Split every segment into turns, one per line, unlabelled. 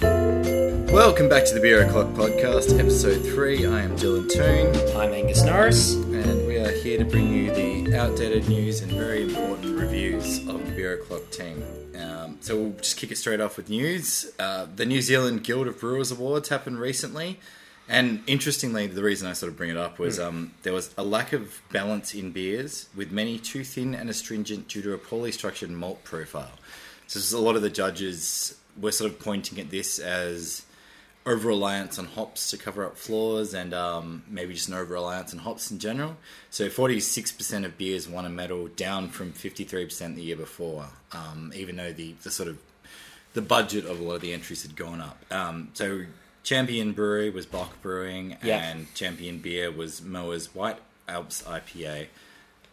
Welcome back to the Beer O'Clock Podcast, Episode 3. I am Dylan Toon,
I'm Angus Norris.
and we are here to bring you the outdated news and very important reviews of the Beer O'Clock team. Um, so we'll just kick it straight off with news. Uh, the New Zealand Guild of Brewers Awards happened recently, and interestingly, the reason I sort of bring it up
Hmm.
was um, there was a lack of balance in beers, with many too thin and astringent due to a poorly structured malt profile. So this is a lot of the judges were sort of pointing at this as over reliance on hops to cover up flaws and um, maybe just an over reliance on hops in general. So 46% of beers won a medal, down from 53% the year before, um, even though the, the sort of the budget of a lot of the entries had gone up. Um, so champion brewery was Bach Brewing,
Yeah.
and champion beer was Moa's White Alps IPA.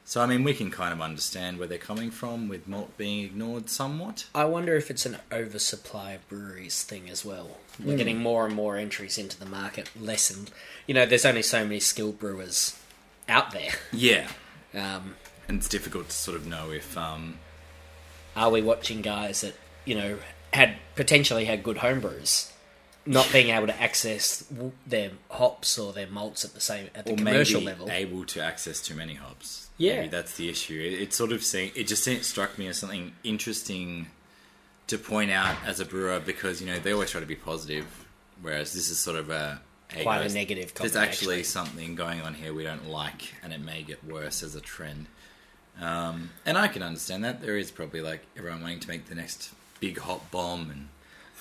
So I mean, we can kind of understand where they're coming from, with malt being ignored somewhat.
I wonder if it's an oversupply of breweries thing as well.
Hmm.
We're getting more and more entries into the market, less and you know, there's only so many skilled brewers out there.
Yeah,
Um,
and it's difficult to sort of know if um,
are we watching guys that you know had potentially had good homebrews not being able to access w- their hops or their malts at the same at the
or
commercial
maybe
level?
able to access too many hops.
Yeah.
Maybe that's the issue. It, it sort of seem, it just seem- struck me as something interesting to point out as a brewer because you know they always try to be positive, whereas this is sort of a hey,
Quite a negative
There's
comment,
actually,
actually.
something going on here we don't like, and it may get worse as a trend. Um, and I can understand that there is probably like everyone wanting to make the next big hop bomb and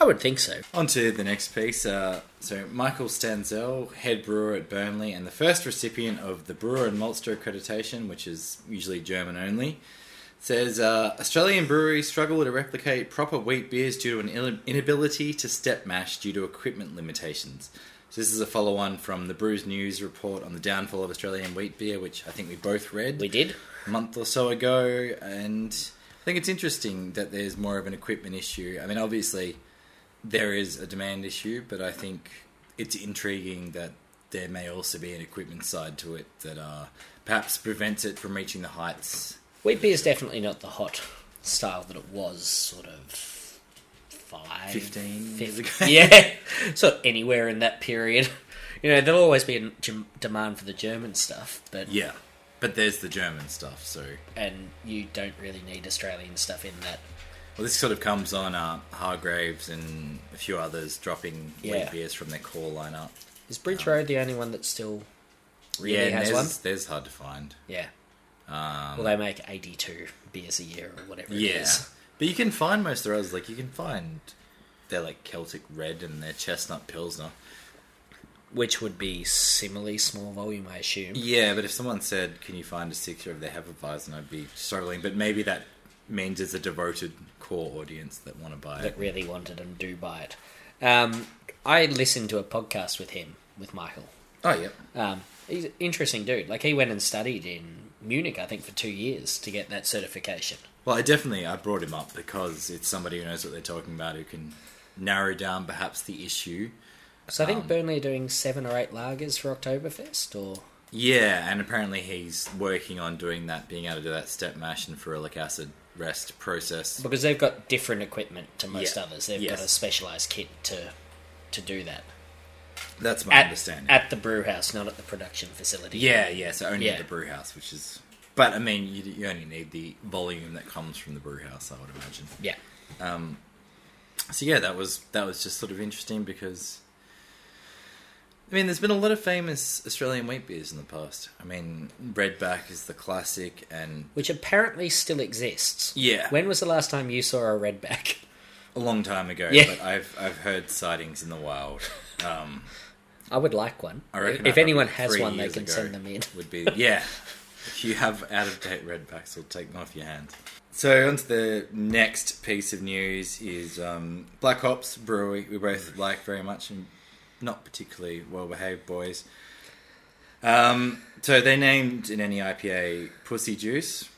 I would think so.
on to the next piece. Uh, so, Michael Stanzel, head brewer at Burnley, and the first recipient of the Brewer and Maltster accreditation, which is usually German only, says uh, Australian breweries struggle to replicate proper wheat beers due to an Ill- inability to step mash due to equipment limitations. So, this is a follow on from the Brews News report on the downfall of Australian wheat beer, which I think we both read
We did.
month or so ago, and I think it's interesting that there's more of an equipment issue. I mean, obviously, there is a demand issue, but I think it's intriguing that there may also be an equipment side to it that uh, perhaps prevents it from reaching the heights.
Wheat beer is definitely not the hot style that it was sort of five,
15 years
fif- yeah, sort of anywhere in that period. You know, there'll always be a gem- demand for the German stuff, but
Yeah, but there's the German stuff, so.
and you don't really need Australian stuff in that.
Well, this sort of comes on uh, Hargraves and a few others dropping
Yeah.
wheat beers from their core lineup.
Is Bridge Road the only one that still really
yeah, and
has
there's,
one?
there's hard to find.
Yeah. well, they make 82 beers a year or whatever it
Um, Yeah.
is.
But you can find most of the others. Like, you can find they're like Celtic Red and they're Chestnut Pilsner.
Which would be similarly small volume, I assume.
Yeah, but if someone said, can you find a sixer of the Hefeweizen, I'd be struggling. But maybe that means it's a devoted core audience that want to buy it.
That really wanted and do buy it. Um, I listened to a podcast with him, with Michael.
Oh, yeah.
Um, he's an interesting dude. Like, he went and studied in Munich, I think, for two years to get that certification.
Well, I definitely, I brought him up because it's somebody who knows what they're talking about who can narrow down perhaps the issue.
So I
Um,
think Burnley are doing seven or eight lagers for Oktoberfest, or
Yeah, and apparently he's working on doing that, being able to do that step mash and ferulic acid rest process.
because they've got different equipment to most
Yeah.
others. They've
Yes.
got a specialized kit to to do that.
That's my
at,
understanding.
at the brew house, not at the production facility.
Yeah, yeah. So only at
Yeah.
the brew house, which is. But I mean, you, you only need the volume that comes from the brew house, I would imagine.
yeah.
So yeah, that was that was just sort of interesting because. I mean, there's been a lot of famous Australian wheat beers in the past. I mean, Redback is the classic, and
Which apparently still exists.
Yeah.
When was the last time you saw a redback?
a long time ago,
Yeah.
but I've I've heard sightings in the wild. Um,
I would like one.
I reckon
if
I
anyone
probably
has
three
one, they
years
can
ago
send them in.
Would be yeah. if you have out of date redbacks, we'll take them off your hands. So on to the next piece of news is um, Black Ops Brewery. We both like very much and not particularly well behaved boys. Um, so they named an E NEIPA Pussy Juice.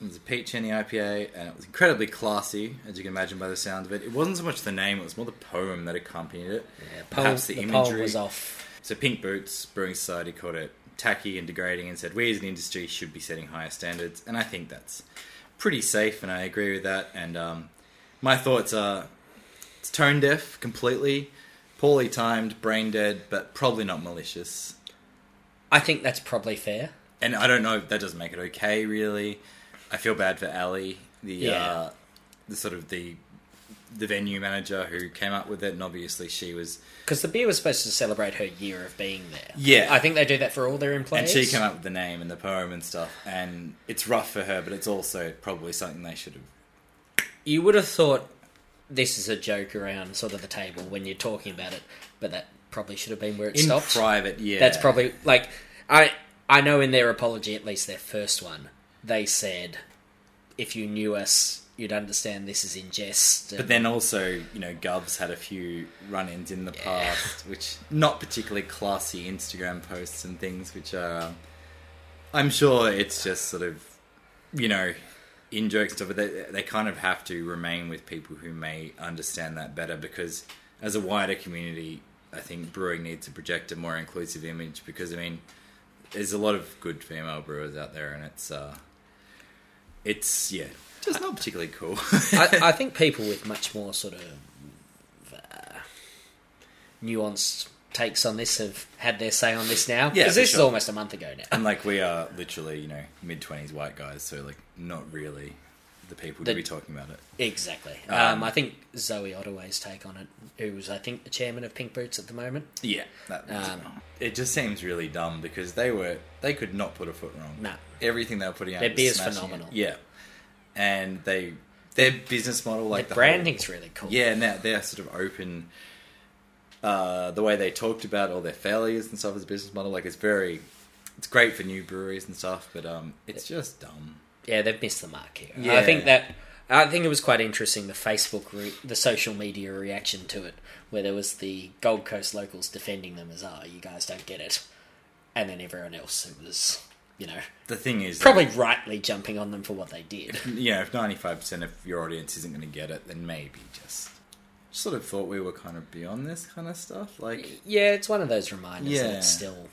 It was a peach NEIPA, and it was incredibly classy, as you can imagine by the sound of it. It wasn't so much the name; it was more the poem that accompanied it.
Yeah,
Perhaps
poll-
the
poll
imagery.
was off.
So Pink Boots Brewing Society called it tacky and degrading and said we as an industry should be setting higher standards, and I think that's pretty safe, and I agree with that. And um, my thoughts are it's tone deaf completely, poorly timed, brain dead, but probably not malicious.
I think that's probably fair.
And I don't know if that doesn't make it okay, really. I feel bad for Ali, the
Yeah.
uh, the sort of the the venue manager who came up with it, and obviously she was
Because the beer was supposed to celebrate her year of being there.
Yeah.
I think they do that for all their employees.
And she came up with the name and the poem and stuff, and it's rough for her, but it's also probably something they should have.
You would have thought this is a joke around sort of the table when you're talking about it, but that probably should have been where it
In
stopped.
private, yeah.
That's probably like I I know in their apology, at least their first one, they said if you knew us, you'd understand this is in jest.
But then also, you know, Gubs had a few run ins in the past, which not particularly classy Instagram posts and things, which are. Um, I'm sure it's just sort of, you know, in jokes and stuff, but they, they kind of have to remain with people who may understand that better because as a wider community, I think brewing needs to project a more inclusive image because, I mean, there's a lot of good female brewers out there and it's, uh, it's, yeah, just not particularly cool.
I, I think people with much more sort of uh, nuanced takes on this have had their say on this now.
Yeah,
because
for
this is
sure. Um,
almost a month ago now.
And like we are literally, you know, mid twenties white guys, so like not really the people to
The-
be talking about it.
Exactly. Um,
Um,
I think Zoe Ottaway's take on it, who's I think the chairman of Pink Boots at the moment.
Yeah, that
Um,
it just seems really dumb because they were they could not put a foot wrong.
No.
everything they were putting out
Their
was
beer's
smashing it.
phenomenal.
Yeah, and they their business model like
the
whole-
branding's really cool.
yeah, and that they're sort of open. Uh, the way they talked about all their failures and stuff as a business model, like it's very, it's great for new breweries and stuff, but um, it's just dumb.
yeah, they've missed the mark here. I
Yeah.
think that I think it was quite interesting the Facebook re- the social media reaction to it, where there was the Gold Coast locals defending them as, "Oh, you guys don't get it," and then everyone else who was, you know,
The thing is,
probably rightly jumping on them for what they did.
you know, if ninety five percent of your audience isn't going to get it, then maybe just just sort of thought we were kind of beyond this kind of stuff. Like,
Yeah, it's one of those reminders that
Yeah.
it's still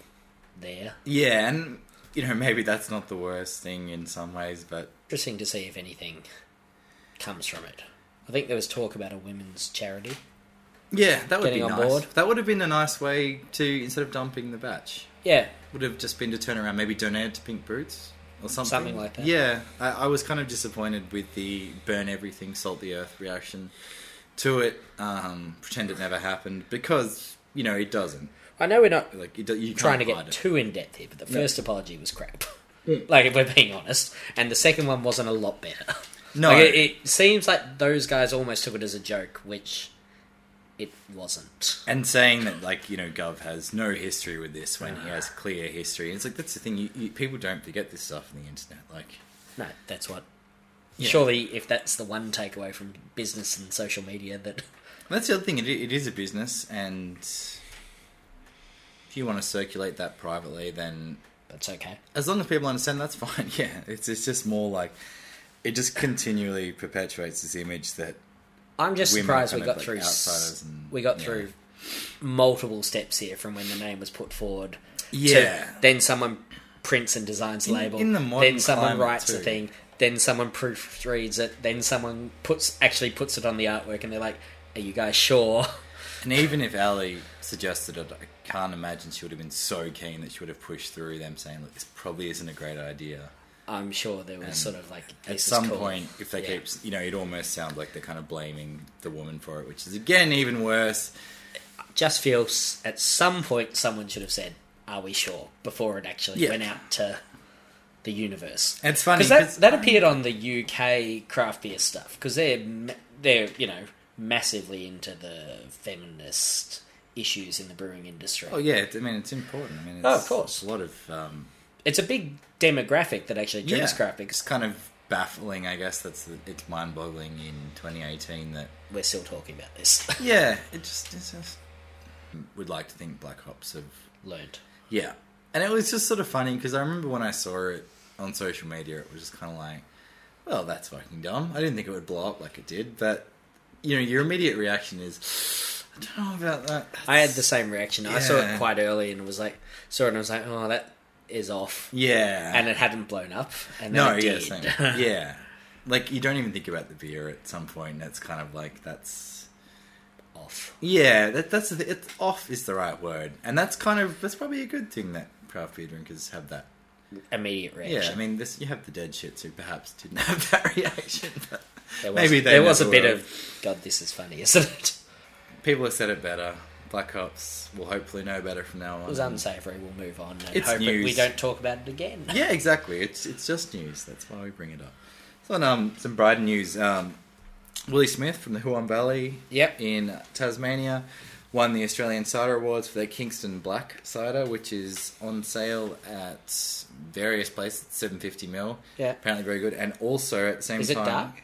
there.
yeah, and you know, maybe that's not the worst thing in some ways, but
Interesting to see if anything comes from it. I think there was talk about a women's charity.
yeah, that would
Getting
be
on
nice.
board.
That would have been a nice way to instead of dumping the batch,
Yeah,
would have just been to turn around, maybe donate it to Pink Boots or something,
Something like that.
Yeah, I, I was kind of disappointed with the burn everything, salt the earth reaction to it. Um, pretend it never happened because you know it doesn't.
I know we're not
Like you, do- you
trying to
can't hide
get
it.
too in depth here, but the first apology was crap. like, if we're being honest, and the second one wasn't a lot better.
No.
Like, it, it seems like those guys almost took it as a joke, which it wasn't.
and saying that like you know gov has no history with this when he has clear history and it's like that's the thing you, you, people don't forget this stuff on the internet like
No, that's what.
Yeah.
Surely, if that's the one takeaway from business and social media, that
and that's the other thing it, i- it is a business and if you want to circulate that privately then
that's okay.
as long as people understand that's fine yeah it's, it's just more like it just continually perpetuates this image that
I'm just
women are
surprised we
kind of,
got
like,
through. s-
outsiders and-
we got
yeah.
through multiple steps here from when the name was put forward. to
Yeah.
then someone prints and designs the
In-
label.
in the modern
then someone
climate,
writes the
too.
thing. Then someone proofreads it. Then someone puts actually puts it on the artwork, and they're like, "Are you guys sure?"
and even if ali suggested it i can't imagine she would have been so keen that she would have pushed through them saying look this probably isn't a great idea
I'm sure there was sort of like
at
this is
some
cool.
point, if they
Yeah.
keep, you know, it almost sounds like they're kind of blaming the woman for it, which is again even worse.
just feels at some point someone should have said, "Are we sure?" before it actually
Yeah.
went out to the universe.
And it's funny
because that,
'cause-
that appeared on the UK craft beer stuff because they're ma- they're you know massively into the feminist issues in the brewing industry.
Oh yeah, it, I mean it's important. I mean, it's,
Oh, of course.
it's a lot of um,
It's a big demographic that actually drinks
yeah,
craft beer.
It's
'cause
kind of baffling, I guess. That's the, it's mind-boggling in 2018 that
we're still talking about this.
yeah, it just it's just would like to think black hops have
Learned.
yeah, and it was just sort of funny because I remember when I saw it on social media, it was just kind of like, well, that's fucking dumb. I didn't think it would blow up like it did, but you know, your immediate reaction is. I don't know about that.
I had the same reaction. I saw it
Yeah.
quite early and was like, saw it and I was like, oh, that is off,
Yeah.
and it hadn't blown up. And then
no,
it
yeah,
did.
same. yeah. Like you don't even think about the beer at some point. That's kind of like that's
off.
yeah. That, that's the, it's off is the right word, and that's kind of that's probably a good thing that craft beer drinkers have that.
Immediate reaction.
Yeah, I mean this you have the dead shits who perhaps didn't have that reaction, but
there was,
maybe they
there was a
never
bit
will.
of God. This is funny, isn't it?
people have said it better. Black Ops will hopefully know better from now on.
It was unsavoury. We'll move on and
Mm. It's
hope that we
news.
don't talk about it again.
yeah, exactly. It's it's just news. That's why we bring it up. So, on, um, some Bryden news. Um, Willie Smith from the Huon Valley,
Yep.
in Tasmania, won the Australian Cider Awards for their Kingston Black cider, which is on sale at various places. Seven fifty mil.
Yeah.
apparently very good. And also at the same
Is it
time,
dark?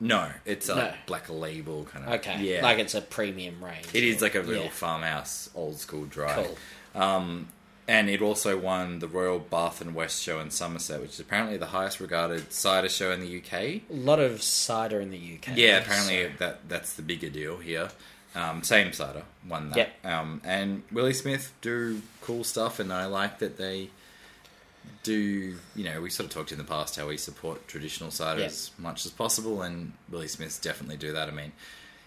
No, it's a
No.
black label kind of.
Okay.
yeah,
Like it's a premium range.
it is
or-
like a real
yeah.
farmhouse, old school dry.
Cool.
And it also won the Royal Bath and West Show in Somerset, which is apparently the highest regarded cider show in the UK.
A lot of cider in the UK.
Yeah,
so-
apparently that that's the bigger deal here. Um, same cider won that.
Yep.
Um, and Willie Smith do cool stuff, and I like that they do. You know, we sort of talked in the past how we support traditional cider
Yep.
as much as possible, and Willie Smiths definitely do that. I mean,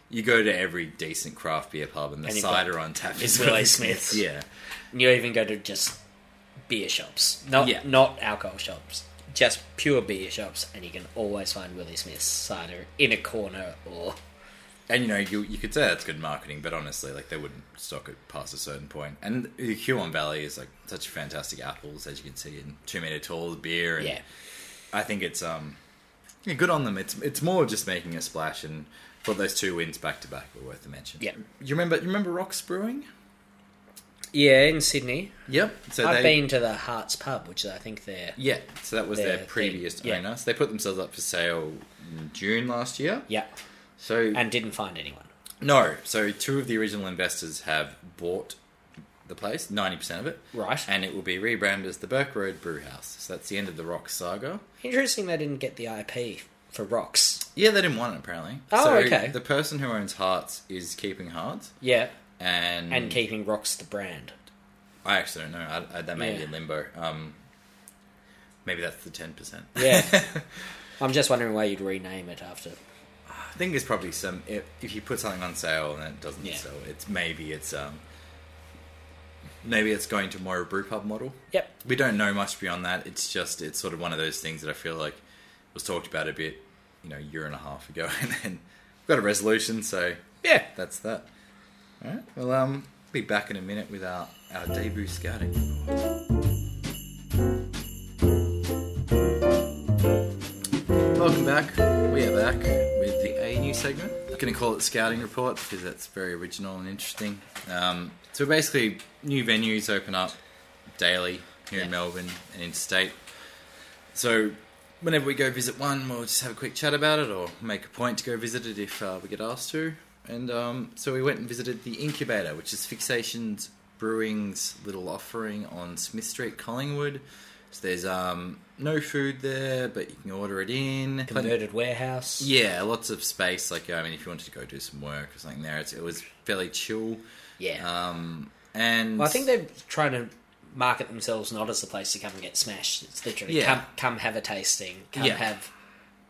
you go to every decent craft beer pub, and the
And you've got-
cider on tap
is
is
Willie
Willie Smith's.
Smith's.
Yeah.
And you even go to just beer shops, not
Yeah.
not alcohol shops, just pure beer shops, and you can always find Willie Smith's cider in a corner or
And you know, you you could say that's good marketing, but honestly, like they wouldn't stock it past a certain point. And the Huon Valley is like such fantastic apples, as you can see, and two meter tall beer. And
yeah.
I think it's um, yeah, good on them. It's it's more just making a splash, and thought those two wins back to back were worth a mention.
Yeah.
you remember you remember Rocks Brewing?
Yeah, in Sydney.
Yep. So
I've
they,
been to the Hearts Pub, which I think they're.
Yeah, so that was their
Their
previous
thing, yeah.
owner. So they put themselves up for sale in June last year.
Yeah.
So
And didn't find anyone.
No. So two of the original investors have bought the place, 90% of it.
Right.
And it will be rebranded as the Burke Road Brew House. So that's the end of the Rock saga.
Interesting they didn't get the IP for rocks.
Yeah, they didn't want it, apparently.
Oh,
so
okay.
The person who owns Hearts is keeping Hearts.
Yeah.
And,
And keeping rocks the brand.
I actually don't know. I, I, that may be
Yeah.
in limbo. Um, maybe that's the 10%.
Yeah. I'm just wondering why you'd rename it after.
I think there's probably some. If, if you put something on sale and it doesn't
Yeah.
sell, it's maybe it's. um. Maybe it's going to more of a brew pub model.
Yep.
we don't know much beyond that. It's just it's sort of one of those things that I feel like was talked about a bit, you know, a year and a half ago, and then got a resolution. So
Yeah.
that's that. All right. Well, um, be back in a minute with our our debut scouting. Welcome back. We are back with the A new segment. I'm going to call it Scouting Report because that's very original and interesting. Um, so basically, new venues open up daily here in
Yeah.
Melbourne and interstate. So whenever we go visit one, we'll just have a quick chat about it or make a point to go visit it if uh, we get asked to. And um, so we went and visited the Incubator, which is Fixations Brewing's little offering on Smith Street, Collingwood. So there's um, no food there, but you can order it in.
Converted warehouse.
Yeah, lots of space. Like, I mean, if you wanted to go do some work or something there, it's, it was fairly chill.
Yeah.
Um, and
Well, I think they're trying to market themselves not as the place to come and get smashed. It's literally
Yeah.
come, come have a tasting, come
Yeah.
have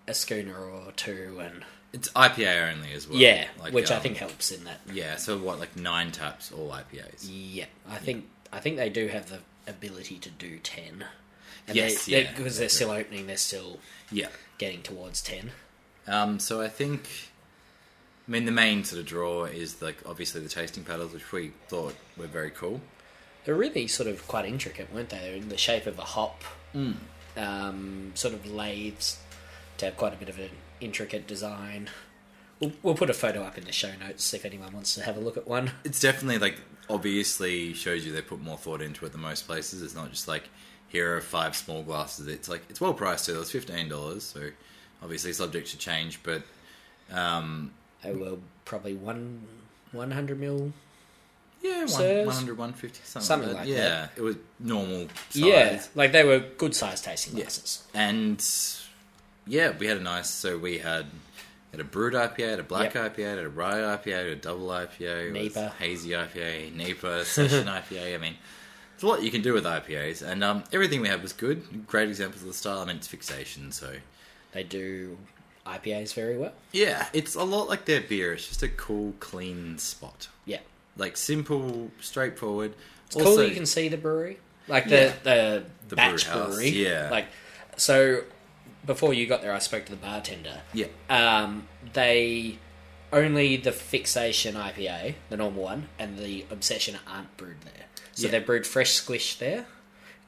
a schooner or two, and
it's IPA only as well.
yeah,
Like,
which I
um,
think helps in that.
Yeah, so what, like nine taps, all IPAs.
Yeah, I think I think they do have the ability to do ten. And
Yes,
they,
yeah,
because
they
they are still opening, they're still
Yeah.
getting towards ten.
Um, so I think, I mean, the main sort of draw is like obviously the tasting paddles, which we thought were very cool.
They're really sort of quite intricate, weren't they? They're in the shape of a hop,
Hmm.
um, sort of lathes to have quite a bit of an intricate design. We'll, we'll put a photo up in the show notes if anyone wants to have a look at one.
It's definitely like obviously shows you they put more thought into it than most places. It's not just like here are five small glasses. It's like it's well priced too. It's fifteen dollars, so obviously subject to change, but
Oh well, probably one one hundred mil.
yeah, one,
Says-
100, 150, something,
Something
like
like
that. Yeah,
that.
it was normal. Size.
Yeah, like they were good sized tasting glasses.
and yeah, we had a nice. So we had had a brewed IPA, had a black
Yep.
IPA, had a rye IPA, had a double IPA, it was
Neighbour.
hazy IPA, Neighbour, session IPA. I mean, There's a lot you can do with IPAs, and um, everything we had was good. Great examples of the style. I mean, it's fixation, so
They do IPAs very well.
yeah, it's a lot like their beer. It's just a cool, clean spot,
Yeah.
like simple, straightforward.
It's cool that you can see the brewery, like the
Yeah.
the,
The
batch
brew house,
brewery.
yeah.
Like so, before you got there, I spoke to the bartender.
yeah,
Um, they only the fixation IPA, the normal one, and the obsession aren't brewed there. So
Yeah.
they brewed fresh squish there.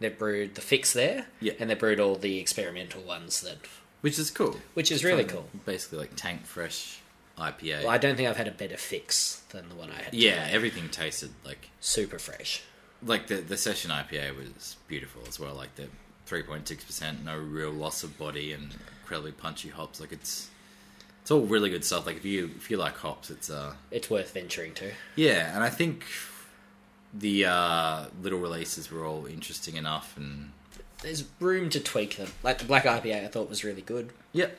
They brewed the fix there,
Yeah.
and they brewed all the experimental ones that,
which is cool.
which is really cool.
Basically, like tank fresh IPA.
Well, I don't think I've had a better fix than the one I had.
yeah, everything tasted like
super fresh.
like the the session IPA was beautiful as well. Like the three point six percent, no real loss of body, and incredibly punchy hops. Like it's it's all really good stuff. Like if you if you like hops, it's uh
It's worth venturing to.
yeah. And I think the uh, little releases were all interesting enough, and
There's room to tweak them. Like the black IPA, I thought was really good.
yeah.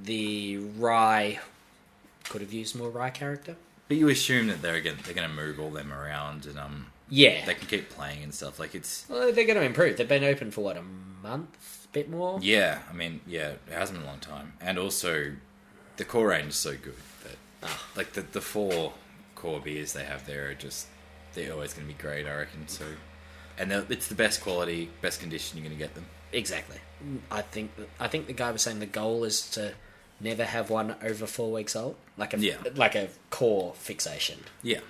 the rye could have used more rye character.
But you assume that they're gonna, they're going to move all them around, and um
Yeah,
they
they,
can keep playing and stuff. Like it's
well, they're going to improve. They've been open for what a month, bit more.
yeah. I mean yeah, it hasn't been a long time, and also the core range is so good that
Ah,
like the the four core beers they have there are just they're always going to be great, I reckon. So, and they're- it's the best quality, best condition you're going to get them.
exactly. Mm, I think I think the guy was saying the goal is to never have one over four weeks old, like a
Yeah.
like a core fixation.
Yeah,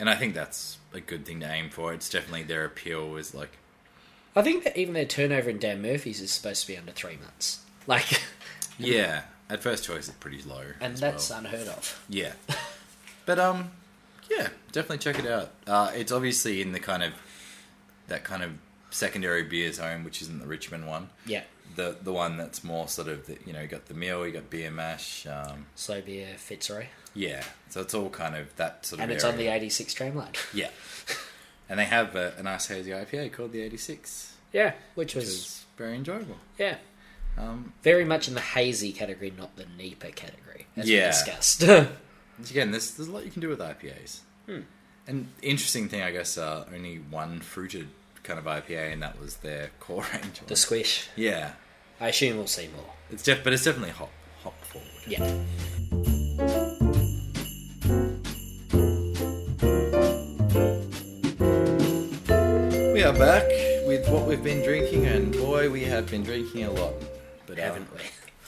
and I think that's a good thing to aim for. It's definitely their appeal is like
I think that even their turnover in Dan Murphy's is supposed to be under three months. Like,
yeah, at first choice it's pretty low,
and
as
that's
well.
unheard of.
yeah, but um, yeah, definitely check it out. Uh, it's obviously in the kind of that kind of secondary beer zone, which isn't the Richmond one.
Yeah,
The, the one that's more sort of the, you know you got the meal you got beer mash um,
slow beer Fitzroy,
Yeah, so it's all kind of that sort of.
and it's on the
area.
eighty six tram line.
yeah, and they have a, a nice hazy IPA called the eighty six,
Yeah,
which
which was
is very enjoyable.
yeah.
Um,
very much in the hazy category, not the NEPA category, as we
Yeah.
discussed.
again, there's there's a lot you can do with IPAs.
Hmm.
And interesting thing, I guess, uh, only one fruited kind of IPA, and that was their core range.
the
One.
squish.
Yeah,
I assume we'll see more.
it's def- but it's definitely hop hop forward.
Yeah.
We are back with what we've been drinking, and boy, we have been drinking a lot. But uh,
Haven't we?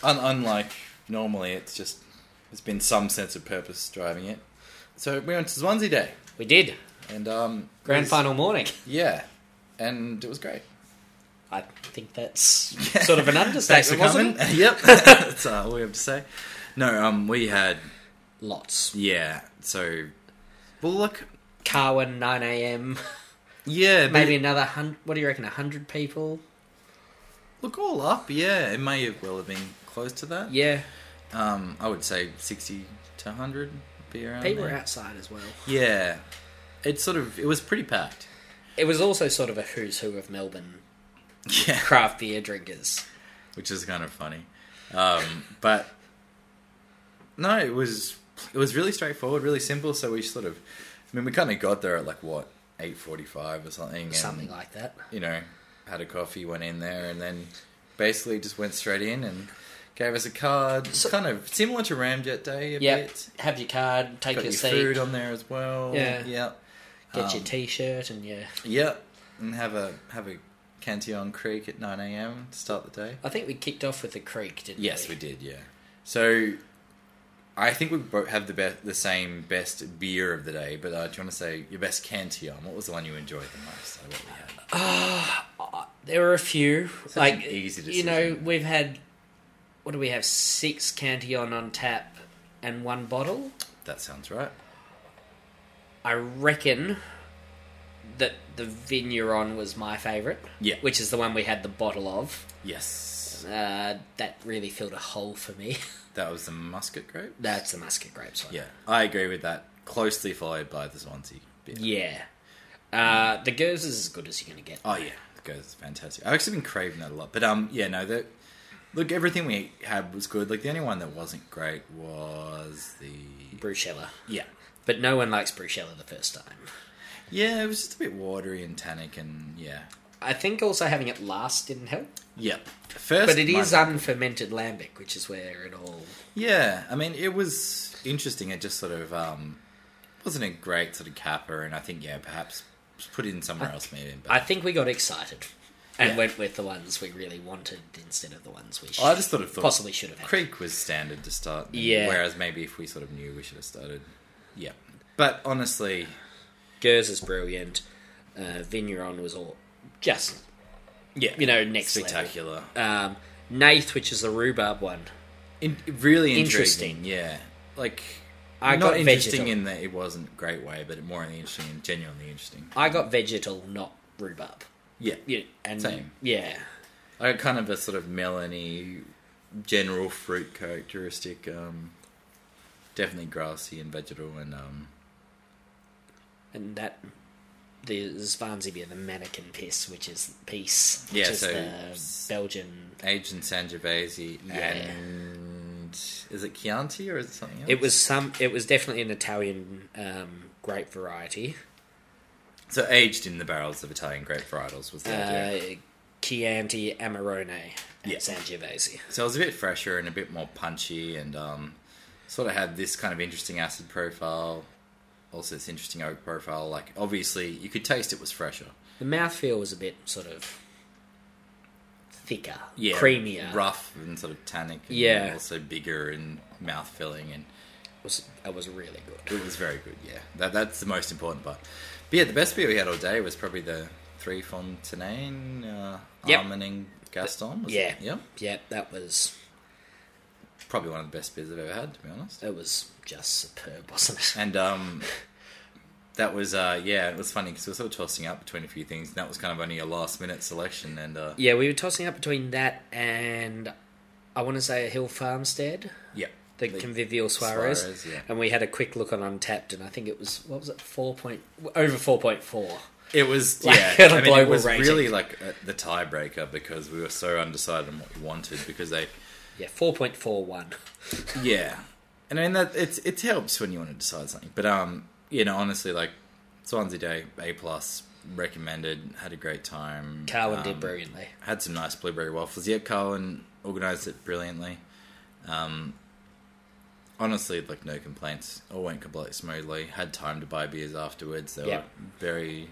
Un- unlike normally, it's just there's been some sense of purpose driving it. So we went to Swansea Day,
We did.
and um, it
Grand
was-
final morning.
yeah, and it was great.
I think that's sort of an understatement,
Thanks for
wasn't it?
coming. yep, that's uh, all we have to say. No, um, we had
Lots.
yeah. So, well, look,
Carwin, 9 a.m.
yeah, but
Maybe another, hun- what do you reckon, 100 people?
look all up. Yeah, it may have well have been close to that.
Yeah.
Um, I would say sixty to hundred. Be around
People were
there.
outside as well.
Yeah, it's sort of it was pretty packed.
It was also sort of a who's who of Melbourne
Yeah,
craft beer drinkers.
which is kind of funny. Um, but no, it was it was really straightforward, really simple. So we sort of, I mean, we kind of got there at like what eight forty five or something, and,
Something like that.
you know, had a coffee, went in there, and then basically just went straight in and gave us a card. It's kind of similar to Ramjet Day a
Yeah.
bit.
Have your card, take
Got
your
your
seat,
food on there as well.
Yeah.
yeah,
get
um,
your t shirt, and your
yeah, and have a have a Cantillon Creek at nine a.m. to start the day.
I think we kicked off with the creek, didn't
Yes,
we?
we did. Yeah. So, I think we both have the best, the same best beer of the day. But uh, do you want to say your best Cantillon? What was the one you enjoyed the most? Like, what we had?
There were a few. like
an easy
you know,
decision.
we've had what do we have? Six Cantillon on tap and one bottle.
That sounds right.
I reckon that the Vigneron was my favourite.
Yeah.
Which is the one we had the bottle of.
Yes,
Uh, that really filled a hole for me.
that was the Muscat Grape.
That's the musket grapes one.
Yeah, I agree with that. Closely followed by the Swansea beer.
Yeah. Uh, the Gers is as good as you're gonna get.
Oh yeah, it goes fantastic. I've actually been craving that a lot. But um, yeah, no, that look everything we had was good. Like the only one that wasn't great was the
Brucella.
yeah.
But no one likes Brucella the first time.
Yeah, it was just a bit watery and tannic, and yeah,
I think also having it last didn't help.
yep. First,
But it is uh,
my-
unfermented lambic, which is where it all.
Yeah, I mean, it was interesting. It just sort of um, wasn't a great sort of capper, and I think yeah, perhaps just put it in somewhere else, maybe. But
I think we got excited and
Yeah.
went with the ones we really wanted instead of the ones we should,
I just sort of thought
possibly should have had.
Creek was standard to start.
Yeah.
Whereas maybe if we sort of knew, we should have started. Yeah. But honestly,
Gers is brilliant. Uh, Vigneron was all just
yeah,
you know next level.
spectacular,
Um, Nath, which is the rhubarb one,
In, really
Interesting.
interesting. Yeah, like
I
not
got
interesting
vegetal.
in that it wasn't great way, but more interesting and genuinely interesting.
I got vegetal, not rhubarb.
Yeah,
Yeah, and
Same.
Yeah,
I got kind of a sort of melony, general fruit characteristic. Um, definitely grassy and vegetal, and um,
and that the Zwanzi beer, the mannequin piss, which is peace, which
Yeah,
is
so-
the Belgian.
aged in Sangiovese.
Yeah.
And is it Chianti or is it something else?
It was some. It was definitely an Italian um, grape variety.
So aged in the barrels of Italian grape varietals was the idea.
Uh, Chianti, Amarone, and
Yeah.
Sangiovese.
So it was a bit fresher and a bit more punchy, and um, sort of had this kind of interesting acid profile. Also, this interesting oak profile. Like obviously, you could taste it was fresher,
The mouthfeel was a bit sort of thicker,
yeah,
creamier.
rough, and sort of tannic. And
Yeah.
also bigger and mouth filling, and
It was, it was really good.
it was very good. Yeah, that, that's the most important part. But yeah, the best beer we had all day was probably the Three Fontaine uh,
Yep.
Armening Gaston. was it?
Yeah,
yeah,
yeah. That was
probably one of the best beers I've ever had, to be honest.
it was just superb, wasn't it?
And um, that was uh, yeah, it was funny because we were sort of tossing up between a few things. And that was kind of only a last minute selection, and uh,
Yeah, we were tossing up between that and I want to say a Hill Farmstead,
yeah,
the,
The
convivial Suarez,
Suarez, yeah.
and we had a quick look on Untapped, and I think it was what was it four point over four point four.
it was
Like,
yeah,
on
I
a
mean, it
global
was
rating.
really like uh, the tiebreaker because we were so undecided on what we wanted because they
Yeah, four point four one.
yeah, and I mean that it's it helps when you want to decide something, but um, you know, honestly, like Swansea Day A plus recommended, had a great time.
Carwin
um,
did brilliantly.
had some nice blueberry waffles. Yep, Carlin organised it brilliantly. Um, honestly, like no complaints. All went completely smoothly. Had time to buy beers afterwards. They
Yep.
were very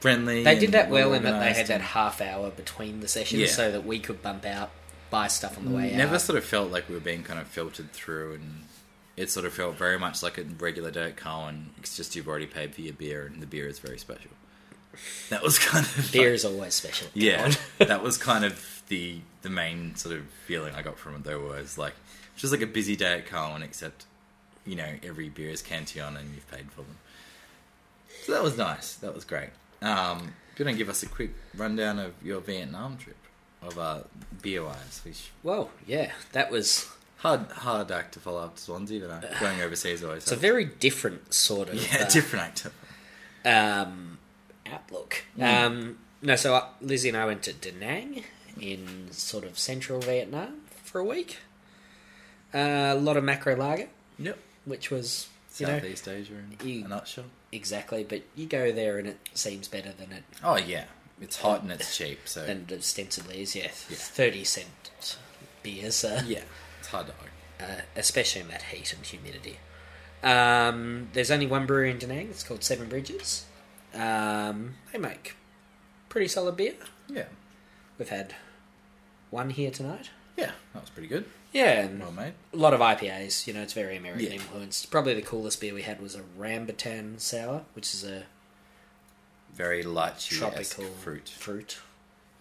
friendly.
They
and
did that well in that they had
organised
that
and
half hour between the sessions,
Yeah.
so that we could bump out, buy stuff on the way
Never
out.
sort of felt like we were being kind of filtered through, and it sort of felt very much like a regular day at Carlin. It's just you've already paid for your beer, and the beer is very special. That was kind of
Beer is always special.
Yeah, that was kind of the the main sort of feeling I got from it. Though was like it's just like a busy day at Carwin, except you know every beer is Cantillon and you've paid for them. So that was nice. That was great. Um, do you want to give us a quick rundown of your Vietnam trip of uh, beer wise? Which
Well, yeah, that was
hard hard act to follow up to Swansea, but uh, going overseas always.
it's a
helps.
very different sort of
yeah,
uh,
different act.
um, outlook.
Mm.
Um, no, so uh, Lizzie and I went to Da Nang in sort of central Vietnam for a week. Uh, a lot of macro lager,
Yep.
which was you know
Southeast Asia in
you-
a nutshell.
exactly, but you go there and it seems better than it
Oh yeah, it's hot and it's cheap. So
than it ostensibly is. Yeah,
Yeah.
thirty cent beers, uh,
yeah, it's hard to argue.
uh, especially in that heat and humidity. Um, there's only one brewery in Da Nang. It's called Seven Bridges. Um, they make pretty solid beer.
Yeah.
We've had one here tonight.
Yeah, that was pretty good.
Yeah, and
Well made.
a lot of IPAs. You know, it's very American
Yeah.
influenced. Probably the coolest beer we had was a Rambutan Sour, which is a
Very lychee
tropical
fruit.
Fruit.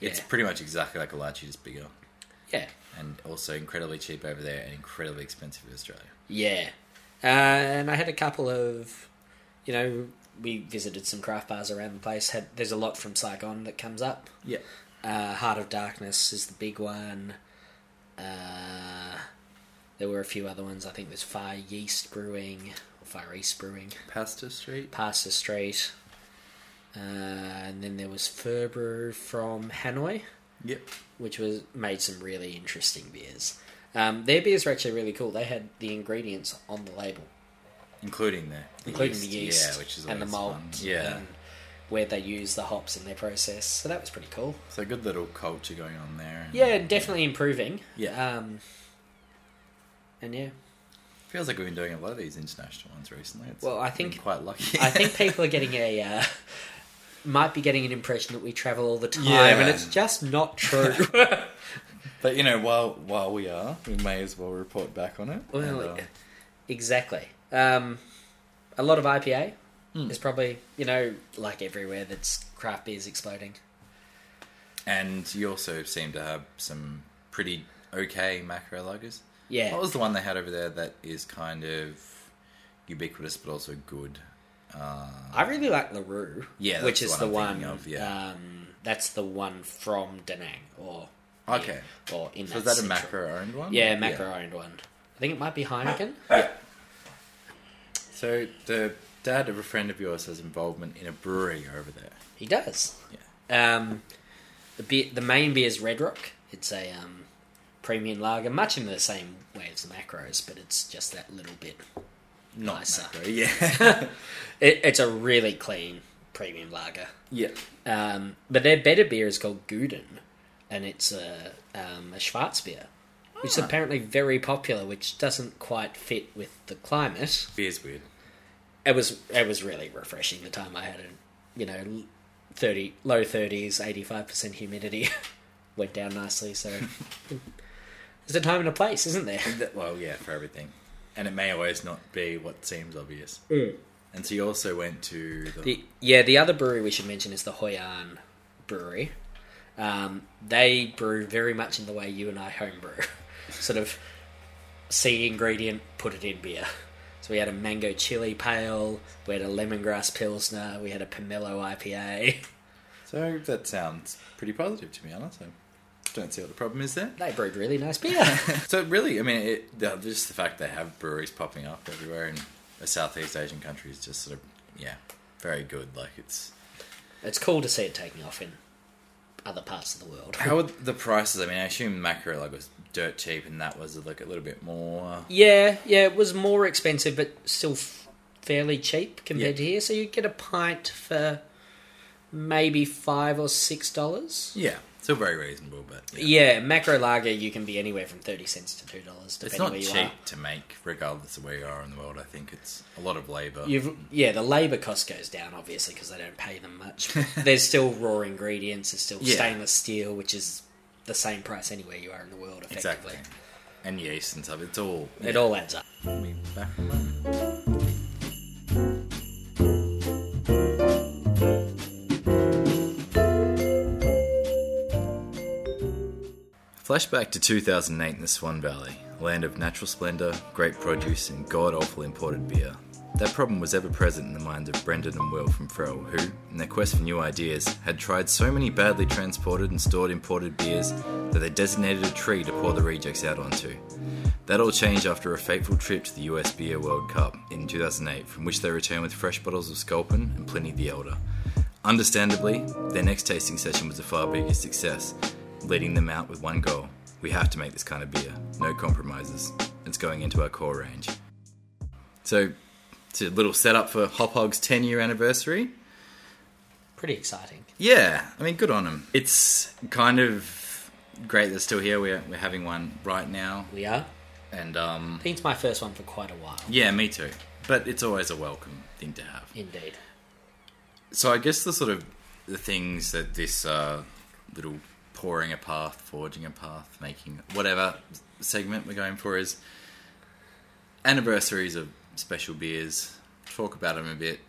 It's
yeah.
pretty much exactly like a lychee, just bigger,
Yeah,
and also incredibly cheap over there and incredibly expensive in Australia.
yeah. Uh, and I had a couple of, you know, we visited some craft bars around the place. Had there's a lot from Saigon that comes up.
Yeah.
Uh, Heart of Darkness is the big one. Uh, there were a few other ones. I think there's Far Yeast Brewing or Far East Brewing.
Pasta Street.
past the street. Uh, and then there was Furbo from Hanoi,
Yep.
which was made some really interesting beers. Um, their beers were actually really cool. They had the ingredients on the label,
including the, the
including the yeast
yeah, which is
and the
always
malt,
fun. Yeah,
and where they use the hops in their process. So that was pretty cool.
so good little culture going on there. and
Yeah, definitely improving.
Yeah.
Um, and yeah,
feels like we've been doing a lot of these international ones recently. It's
Well, I
been
think-
quite lucky.
I think people are getting a uh, might be getting an impression that we travel all the time,
Yeah.
and it's just not true.
but you know, while while we are, we may as well report back on it.
Well,
And, uh,
exactly. Um, a lot of IPA
Hmm.
is probably you know like everywhere that's craft beer's exploding.
and you also seem to have some pretty okay macro lagers.
Yeah,
What was the one they had over there that is kind of ubiquitous but also good?
I really like Larue.
Yeah,
which
that's
is
the
the
one I'm
one.
thinking of, yeah.
um, that's the one from Da Nang, or
Okay.
or in
So is
that
that a
central-
macro owned one?
Yeah, macro owned one. I think it might be Heineken.
So the dad of a friend of yours has involvement in a brewery over there.
He does.
Yeah.
Um, the beer, the main beer is Red Rock. It's a um, premium lager, much in the same way as the macros, but it's just that little bit.
Not
Nicer.
macro. Yeah.
It, it's a really clean premium lager.
yeah.
Um, but their better beer is called Guden, and it's a, um, a Schwarzbier, which is apparently very popular, which doesn't quite fit with the climate.
Beer's weird.
It was it was really refreshing the time I had it. You know, thirty low thirties, eighty five percent humidity, went down nicely. So there's a time and a place, isn't there?
That- well, yeah, for everything. And it may always not be what seems obvious. And so you also went to the,
The, Mm. yeah, the other brewery we should mention is the Hoi An Brewery. Um, they brew very much in the way you and I homebrew, sort of see ingredient, put it in beer. So we had a mango chili pale, we had a lemongrass pilsner, we had a pomelo IPA.
So that sounds pretty positive to be honest. I don't see what the problem is there.
They brewed really nice beer.
So really, I mean, it, the- just the fact they have breweries popping up everywhere in a Southeast Asian country is just sort of yeah, very good. Like it's
it's cool to see it taking off in other parts of the world.
how are the prices? I mean, I assume macro like was dirt cheap, and that was like a little bit more.
Yeah, yeah, it was more expensive, but still f- fairly cheap compared
Yeah.
to here. So you get a pint for maybe five or six dollars.
Yeah, still very reasonable, but yeah.
Yeah, macro lager you can be anywhere from thirty cents to two dollars,
it's
depending
not
where you
cheap
are.
to make, regardless of where you are in the world. I think it's a lot of labor.
You've yeah, the labour cost goes down obviously because they don't pay them much. There's still raw ingredients. There's still
Yeah.
stainless steel, which is the same price anywhere you are in the world. Effectively,
exactly, and yeast and stuff. It's all
it all adds up.
We back from that. Flashback to 2008 in the Swan Valley, land of natural splendour, great produce, and god awful imported beer. That problem was ever present in the minds of Brendan and Will from Frell, who, in their quest for new ideas, had tried so many badly transported and stored imported beers that they designated a tree to pour the rejects out onto. That all changed after a fateful trip to the US Beer World Cup in 2008, from which they returned with fresh bottles of Sculpin and Pliny the Elder. Understandably, their next tasting session was a far bigger success, leading them out with one goal we have to make this kind of beer, no compromises. It's going into our core range. So, it's a little setup for Hop Hog's 10 year anniversary.
Pretty exciting.
Yeah, I mean, good on them. It's kind of great they're still here. We're, we're having one right now,
We are.
and um,
I think it's my first one for quite a while.
Yeah, me too. But it's always a welcome thing to have.
Indeed.
So I guess the sort of the things that this uh, little pouring a path, forging a path, making whatever segment we're going for is anniversaries of special beers. Talk about them a bit,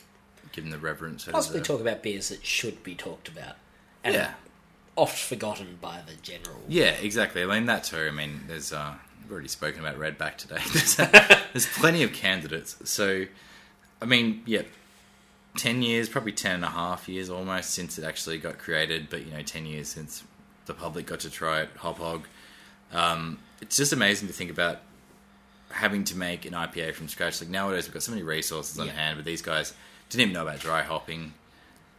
give them the reverence. that
Possibly
they
talk about beers that should be talked about and
Yeah,
oft forgotten by the general.
yeah, exactly. I mean that too. I mean, there's uh, we've already spoken about Redback today. there's, there's plenty of candidates. So, I mean, yeah, 10 years, probably 10 and a half years almost since it actually got created, but you know, 10 years since the public got to try it, Hop Hog. Um, it's just amazing to think about having to make an IPA from scratch. Like nowadays, we've got so many resources on
Yeah.
hand, but these guys didn't even know about dry hopping.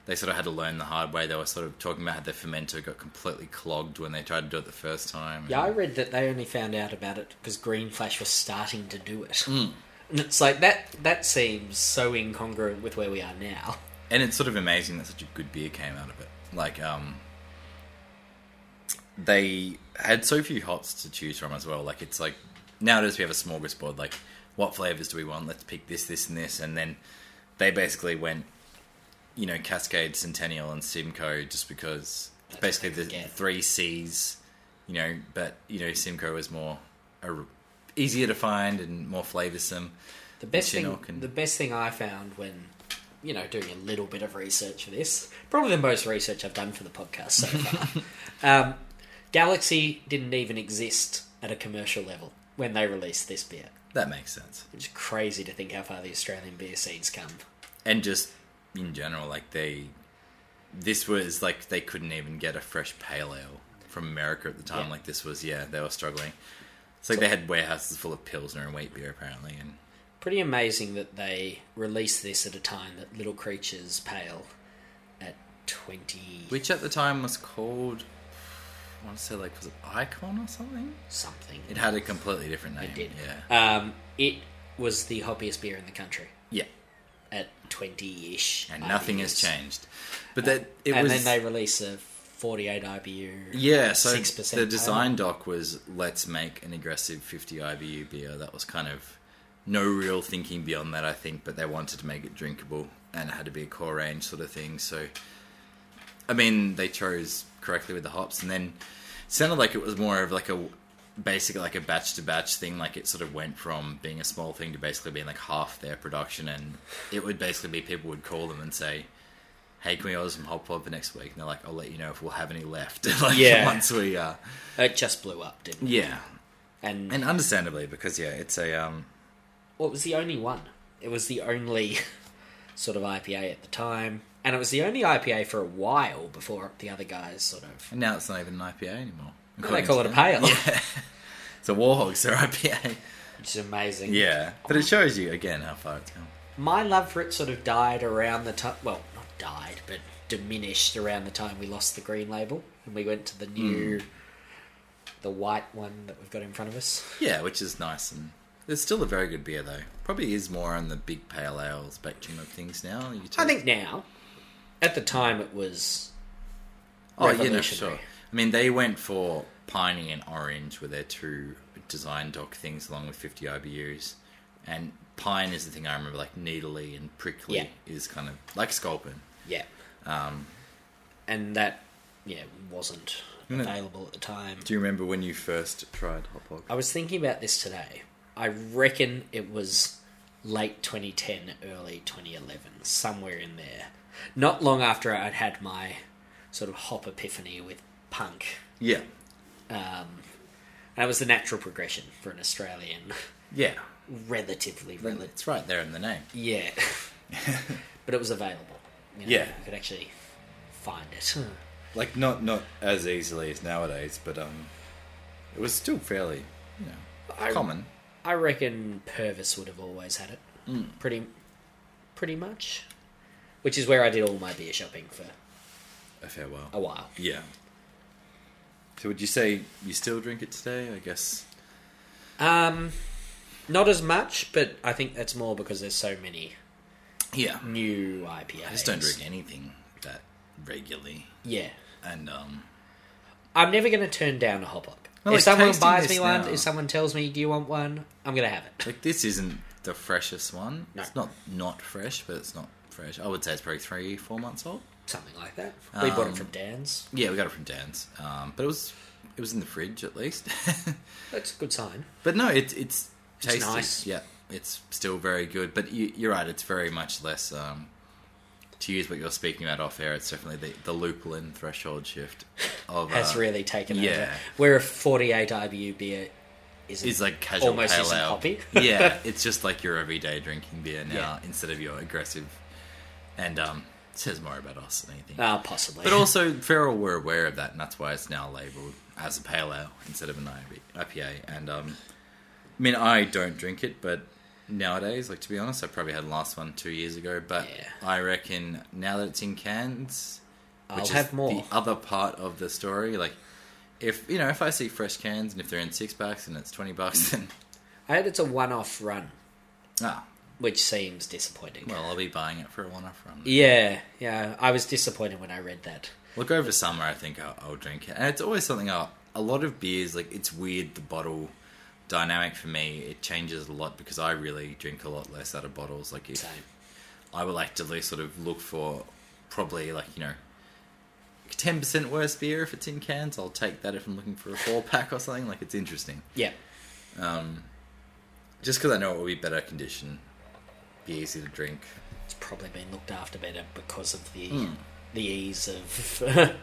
They sort of had to learn the hard way. They were sort of talking about how their fermenter got completely clogged when they tried to do it the first time.
Yeah, I read that they only found out about it because Green Flash was starting to do it. And it's like that. That seems so incongruent with where we are now.
And it's sort of amazing that such a good beer came out of it. Like, um, they had so few hops to choose from as well. Like, it's like nowadays we have a smorgasbord. Like, what flavors do we want? Let's pick this, this, and this. And then they basically went, you know, Cascade, Centennial, and Simcoe just because it's
That's
basically
what they
the
could get.
three C's, you know, but, you know, Simcoe was more a, easier to find and more flavorsome.
The best thing,
Chinook and-
the best thing I found when, you know, doing a little bit of research for this, probably the most research I've done for the podcast so far. um, Galaxy didn't even exist at a commercial level when they released this beer.
That makes sense.
It's crazy to think how far the Australian beer scene's come.
and just in general, like they, this was like they couldn't even get a fresh pale ale from America at the time.
Yeah.
Like this was, yeah, they were struggling. It's like they had warehouses full of pilsner and wheat beer apparently, and
Pretty amazing that they released this at a time that Little Creatures Pale at 20
which at the time was called, I want to say like was it Icon or something?
something.
It Uh, had a completely different name.
It did.
yeah,
Um, it was the hoppiest beer in the country
yeah,
at 20 ish.
and nothing has changed. But that it
and
was
then they release a 48 IBU.
Yeah, so
6%
the design doc was let's make an aggressive 50 IBU beer. That was kind of no real thinking beyond that, I think, but they wanted to make it drinkable and it had to be a core range sort of thing. So, I mean, they chose correctly with the hops, and then it sounded like it was more of like a basically like a batch to batch thing. Like it sort of went from being a small thing to basically being like half their production, and it would basically be people would call them and say, hey, can we order some hot pot for next week? And they're like, I'll let you know if we'll have any left. like
Yeah.
once we, uh,
It just blew up, didn't it?
yeah,
And,
and understandably because yeah, it's a um,
well, it was the only one. It was the only sort of IPA at the time. And it was the only IPA for a while before the other guys sort of.
and now it's not even an IPA anymore.
they call it a pale,
It's a Warhogs or IPA.
which is amazing.
yeah, but it shows you again how far it's come.
My love for it sort of died around the time. Well, not died, but diminished around the time we lost the green label and we went to the new, the white one that we've got in front of us.
Yeah, which is nice, and it's still a very good beer though. Probably is more on the big pale ale spectrum of things now. You
I
take-
think now, at the time, it was
Oh, yeah, no,
revolutionary.
sure. I mean, they went for piney and orange were their two design doc things, along with 50 IBUs. And pine is the thing I remember, like needly and prickly
Yeah.
is kind of like sculpin.
Yeah. Um, and that, yeah, wasn't
Isn't it-
available at the time.
Do you remember when you first tried hot
I was thinking about this today. I reckon it was late 2010, early 2011, somewhere in there. Not long after I'd had my sort of hop epiphany with punk.
Yeah,
That was the natural progression for an Australian,
yeah.
relatively,
Well,
relatively
It's right there in the name.
Yeah. but it was available. You know,
Yeah.
You could actually find it.
Like not not as easily as nowadays, but um, it was still fairly, you know,
I-
common.
I reckon Purvis would have always had it.
Mm.
Pretty pretty much. Which is where I did all my beer shopping for
A farewell.
a while.
Yeah. So would you say you still drink it today? I guess.
Um not as much, but I think that's more because there's so many
Yeah.
new IPAs.
I just don't drink anything that regularly,
Yeah.
and um,
I'm never going to turn down a hop hop.
Well, like,
if someone
tasting
buys
this
me one,
now-
if someone tells me, do you want one? I'm going to have it.
like this isn't the freshest one.
No.
It's not not fresh, but it's not fresh. I would say it's probably three, four months old.
Something like that. we bought
Um,
it from Dan's.
Yeah, we got it from Dan's, um, but it was it was in the fridge at least.
That's a good sign.
but no, it's it's tasty.
nice.
Yeah, it's still very good. But you, you're right; it's very much less. Um, to use what you're speaking about off air, it's definitely the, the lupulin threshold shift of
has
uh,
really taken over.
yeah.
Where a 48 IBU beer is
It's like casual
Almost
pale
isn't
ale.
hoppy.
yeah, it's just like your everyday drinking beer now
Yeah.
instead of your aggressive. And um, it says more about us than anything.
uh, possibly.
but also, Feral were aware of that, and that's why it's now labelled as a pale ale instead of an IPA. And um, I mean, I don't drink it, but nowadays, like to be honest, I probably had the last one two years ago. But
Yeah.
I reckon now that it's in cans,
I'll have more.
the other part of the story, like. If you know, if I see fresh cans and if they're in six packs and it's twenty bucks, then
I heard it's a one-off run.
Ah,
which seems disappointing.
well, I'll be buying it for a one-off run.
yeah, yeah. I was disappointed when I read that.
Look over summer, I think I'll, I'll drink it, and it's always something. I'll, a lot of beers, like it's weird the bottle dynamic for me. It changes a lot because I really drink a lot less out of bottles. Like if
Same.
I will actively sort of look for probably like you know. 10% worse beer if it's in cans. I'll take that if I'm looking for a four pack or something. Like, it's interesting.
Yeah,
Just because I know it will be better condition, be easy to drink.
it's probably been looked after better because of the the ease of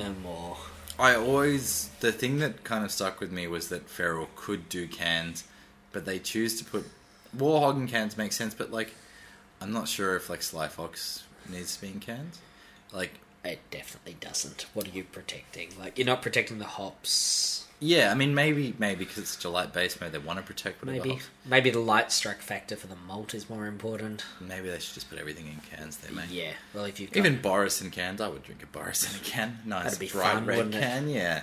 And-
them or
I always the thing that kind of stuck with me was that Feral could do cans, but they choose to put Warhog in cans makes sense, but like I'm not sure if like Sly Fox needs to be in cans. Like
it definitely doesn't. What are you protecting? Like you're not protecting the hops.
yeah, I mean maybe maybe because it's such a light base, maybe they want to protect whatever.
Maybe
hops.
maybe the light strike factor for the malt is more important.
maybe they should just put everything in cans. They mate.
Yeah. Well, if you've got,
Even Boris in cans, I would drink a Boris in a can. Nice
That'd be
bright
fun,
red
wouldn't it?
can, yeah.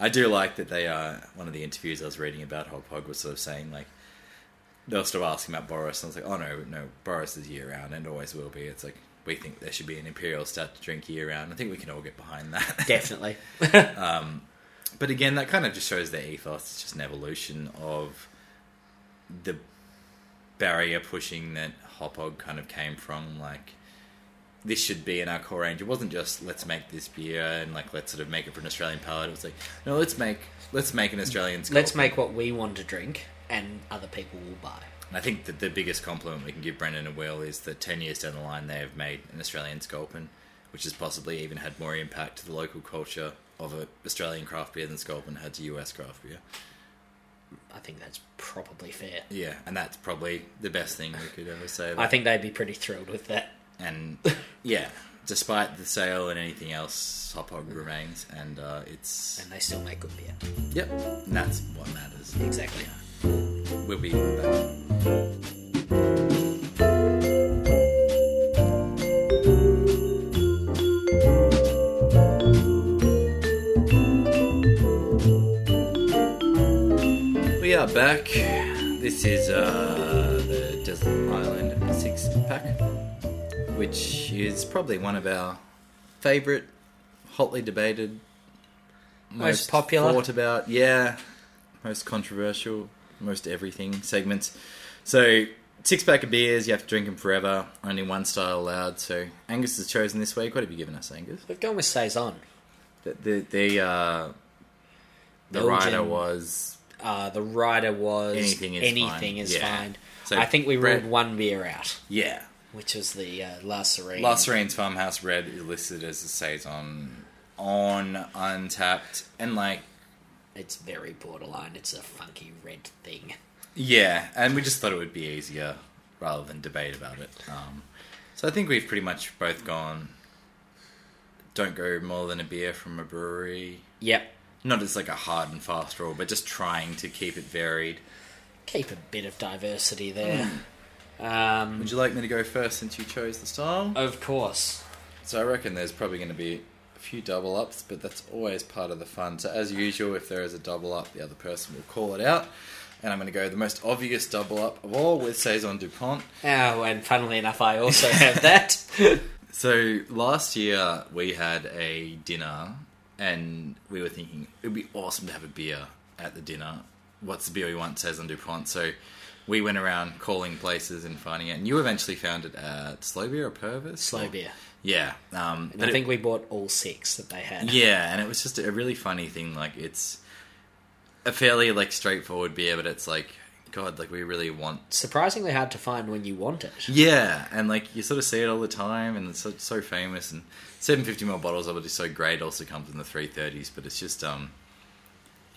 I do like that they uh one of the interviews I was reading about Hog Hog was sort of saying like they were sort of asking about Boris and I was like, Oh no, no, Boris is year round and always will be. It's like we think there should be an Imperial stout to drink year round. I think we can all get behind that.
definitely.
But again, that kind of just shows their ethos. It's just an evolution of the barrier pushing that Hopog kind of came from. Like, this should be in our core range. It wasn't just let's make this beer and like let's sort of make it for an Australian palate. It was like no, let's make let's make an Australian. Sculpin.
Let's make what we want to drink, and other people will buy.
And I think that the biggest compliment we can give Brendan and Will is that ten years down the line they have made an Australian Sculpin, which has possibly even had more impact to the local culture of a Australian craft beer than Sculpin had to US craft beer.
I think that's probably fair.
Yeah, and that's probably the best thing we could ever say.
I think they'd be pretty thrilled with that.
and yeah, despite the sale and anything else, Hopog remains, and uh, it's
And they still make good beer.
yep, and that's what matters.
Exactly.
We'll be back. We are back. This is uh, the Desert Island six pack, which is probably one of our favourite, hotly debated,
Most popular.
thought about. Yeah, most controversial, most everything segments. So six pack of beers, you have to drink them forever. Only one style allowed. So Angus has chosen this week. What have you given us, Angus?
We've gone with saison.
The the the, uh, the
Belgian.
rider was
Uh, the rider was
Anything is fine.
is
Yeah.
fine.
So
I think we
bread-
ruled one beer out,
yeah.
which was the uh, La Serene.
La Serene's Farmhouse Red is listed as a saison on Untapped, and like
It's very borderline. It's a funky red thing.
yeah, and we just thought it would be easier rather than debate about it. Um, so I think we've pretty much both gone. Don't go more than a beer from a brewery.
Yep.
Not as like a hard and fast rule, but just trying to keep it varied.
Keep a bit of diversity there.
Hmm.
Um,
Would you like me to go first since you chose the style?
of course.
So I reckon there's probably going to be a few double ups, but that's always part of the fun. So as usual, if there is a double up, the other person will call it out. And I'm going to go the most obvious double up of all with Saison Dupont.
Oh, and funnily enough, I also have that.
So last year we had a dinner, and we were thinking it would be awesome to have a beer at the dinner. What's the beer we want? Saison Dupont. So we went around calling places and finding it, and you eventually found it at Slow Beer or Purvis.
Slow beer.
Yeah, um,
And
but
I
it-
think we bought all six that they had.
Yeah, and it was just a really funny thing. Like it's a fairly like straightforward beer, but it's like God, like we really want.
Surprisingly hard to find when you want it.
Yeah, and like you sort of see it all the time, and it's so, so famous. And seven fifty ml bottles of it is so great. Also comes in the three thirties, but it's just um.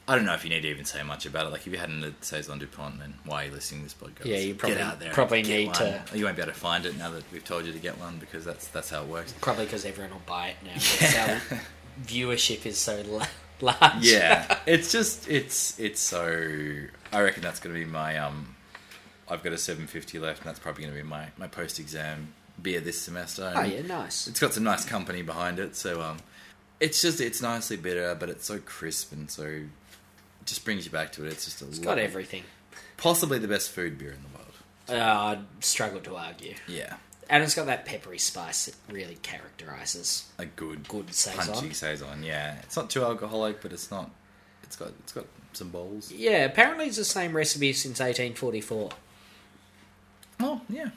I don't know if you need to even say much about it. Like, if you hadn't had Saison Dupont, then why are you listening to this podcast?
Yeah, you probably-
get out there and
probably
get
need to-
one. You won't be able to find it now that we've told you to get one because that's that's how it works.
Probably because everyone will buy it now. because our viewership is so la- large.
yeah it's just it's it's so i reckon that's going to be my um i've got a 750 left and that's probably going to be my my post exam beer this semester
Oh, yeah, nice.
it's got some nice company behind it so um it's just it's nicely bitter but it's so crisp and so it just brings you back to it it's just a
It's got everything.
possibly the best food beer in the world
Uh, I'd struggle to argue.
Yeah,
And it's got that peppery spice that really characterises
a good,
good saison.
punchy saison. Yeah, it's not too alcoholic, but it's not. It's got it's got some bowls.
Yeah, apparently it's the same recipe since 1844.
Oh yeah,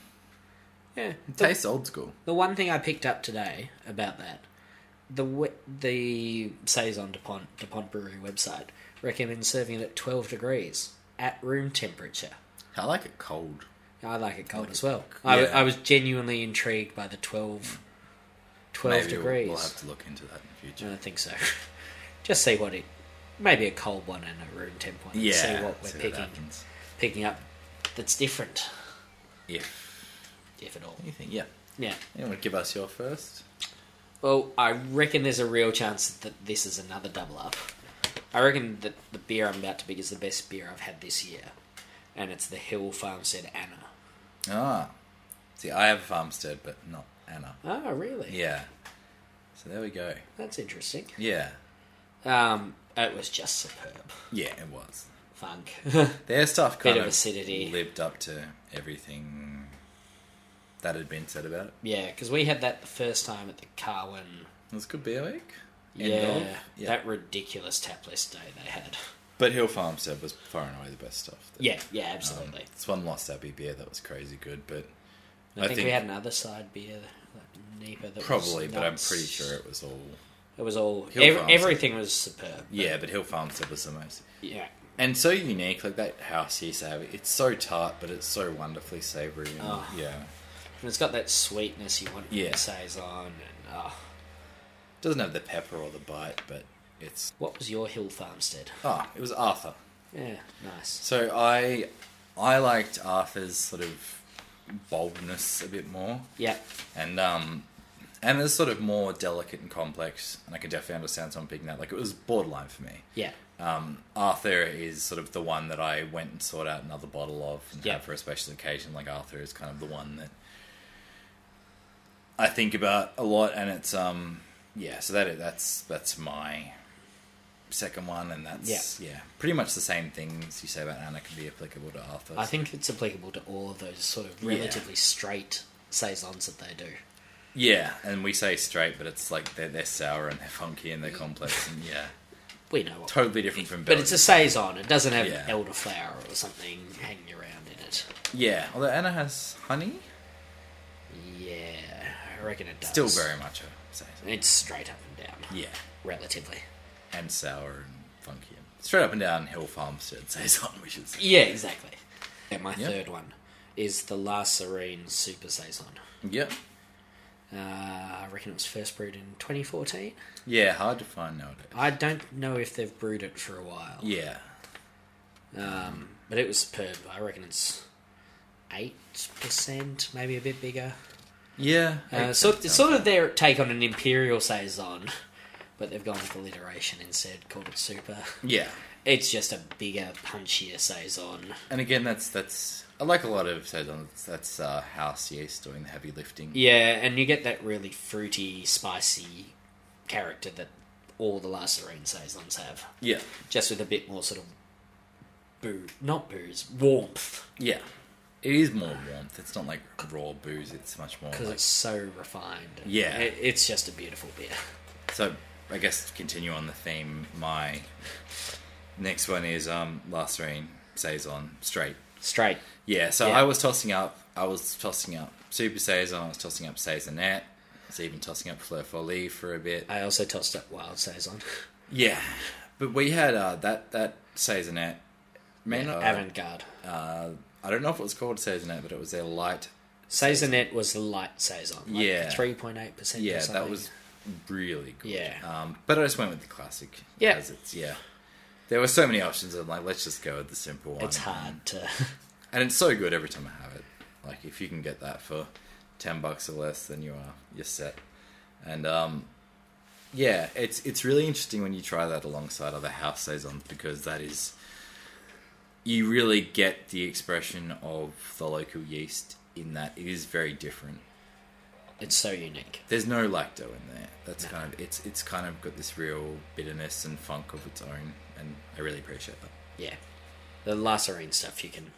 Yeah.
it tastes old school.
The one thing I picked up today about that, the we- the saison Dupont Dupont Brewery website recommends serving it at 12 degrees at room temperature.
I like it cold.
I like it cold as well. I, w-
yeah.
I was genuinely intrigued by the 12,
Maybe
12
we'll-
degrees. Uh,
We'll, have to look into that in the
I
future.
don't think so. Just see what it. Maybe a cold one and a room temp one. and
Yeah,
See what we're
see
picking
happens.
picking up that's different,
If
if at all.
anything, yeah.
Yeah.
You want to give us your first?
Well, I reckon there's a real chance that this is another double up. I reckon that the beer I'm about to pick is the best beer I've had this year, and it's the Hill Farmstead Anna.
Ah, see, I have a farmstead, but not Anna.
Oh, really?
Yeah. So there we go.
That's interesting.
Yeah.
Um, it was just superb.
Yeah, it was.
Funk.
Their stuff kind
of
of
acidity.
lived up to everything that had been said about it.
yeah, because we had that the first time at the Carwin.
It was a good beer week. End
Yeah,
of. yeah.
that ridiculous tap list day they had.
But Hill Farmstead was far and away the best stuff.
Yeah, yeah,
Um,
absolutely.
it's one lost Abbey beer that was crazy good, but
I,
Um,
think, we had another side beer, like Nipah, that was
probably, but I'm
nuts.
pretty sure it was all.
it was all
Hill
ev-
Farms.
everything was superb.
Yeah, but Hill Farmstead was the most.
Yeah.
And so unique, like that house here, Savvy. It's so tart, but it's so wonderfully savoury. and-
Oh.
Yeah.
And it's got that sweetness you want from
Yeah.
the Saison. And, oh.
Doesn't have the pepper or the bite, but it's.
What was your Hill Farmstead?
Ah, it was Arthur.
Yeah, nice.
So I I liked Arthur's sort of boldness a bit more.
Yeah,
And um and it's sort of more delicate and complex, and I can definitely understand someone picking that. Like it was borderline for me.
yeah,
Um, Arthur is sort of the one that I went and sought out another bottle of and
Yeah.
had for a special occasion. Like Arthur is kind of the one that I think about a lot, and it's um yeah. So that that's that's my second one, and that's yeah, pretty much the same things you say about Anna can be applicable to Arthur.
I think it's applicable to all of those sort of
Yeah.
relatively straight saisons that they do.
yeah, and we say straight, but it's like they're they're sour and they're funky and they're complex, and yeah,
We know what,
totally different from.
but it's a saison. It doesn't have
Yeah.
elderflower or something hanging around in it.
yeah. Although Anna has honey,
Yeah, I reckon it does.
still very much a saison.
It's straight up and down,
Yeah.
relatively.
and sour and funky. Straight up and down Hill Farmstead saison, which is
Yeah, exactly. And my
Yeah.
third one is the La Serene Super Saison.
yeah,
Uh, I reckon it was first brewed in 2014.
yeah, hard to find nowadays.
I don't know if they've brewed it for a while,
Yeah,
um, but it was superb. I reckon it's eight percent, maybe a bit bigger.
yeah.
Uh, so it's sort of their take on an imperial saison, but they've gone with alliteration instead, called it super.
yeah,
It's just a bigger, punchier saison.
and again, that's that's I like a lot of saisons. That's uh, house yeast doing the heavy lifting.
Yeah, and you get that really fruity, spicy character that all the La Serene saisons have,
yeah,
just with a bit more sort of boo, not booze, warmth.
yeah. It is more warmth. It's not like raw booze. It's much more
because
like
it's so refined. and
Yeah.
it, it's just a beautiful beer.
So I guess to continue on the theme, my next one is um Last Rain Saison Straight.
Straight,
Yeah, so
Yeah.
I was tossing up I was tossing up Super Saison, I was tossing up Saisonette, I was even tossing up Fleur Folie for a bit.
I also tossed up Wild Saison,
Yeah. But we had uh that that Saisonette man
avant garde.
uh, I don't know if it was called Saisonette, but it was their light
Saisonette was the light saison. Like
Yeah.
three point eight percent.
Yeah, that was really good.
Yeah.
Um, but I just went with the classic.
Yeah.
as it's yeah. There were so many options. I'm like, let's just go with the simple one.
It's hard to.
and it's so good every time I have it. Like if you can get that for ten bucks or less, then you are you're set. And um, yeah, it's it's really interesting when you try that alongside other house saisons because that is you really get the expression of the local yeast in that it is very different.
It's so unique.
There's no lacto in there. That's kind of it's it's kind of got this real bitterness and funk of its own, and I really appreciate that.
Yeah, the La Serene stuff you can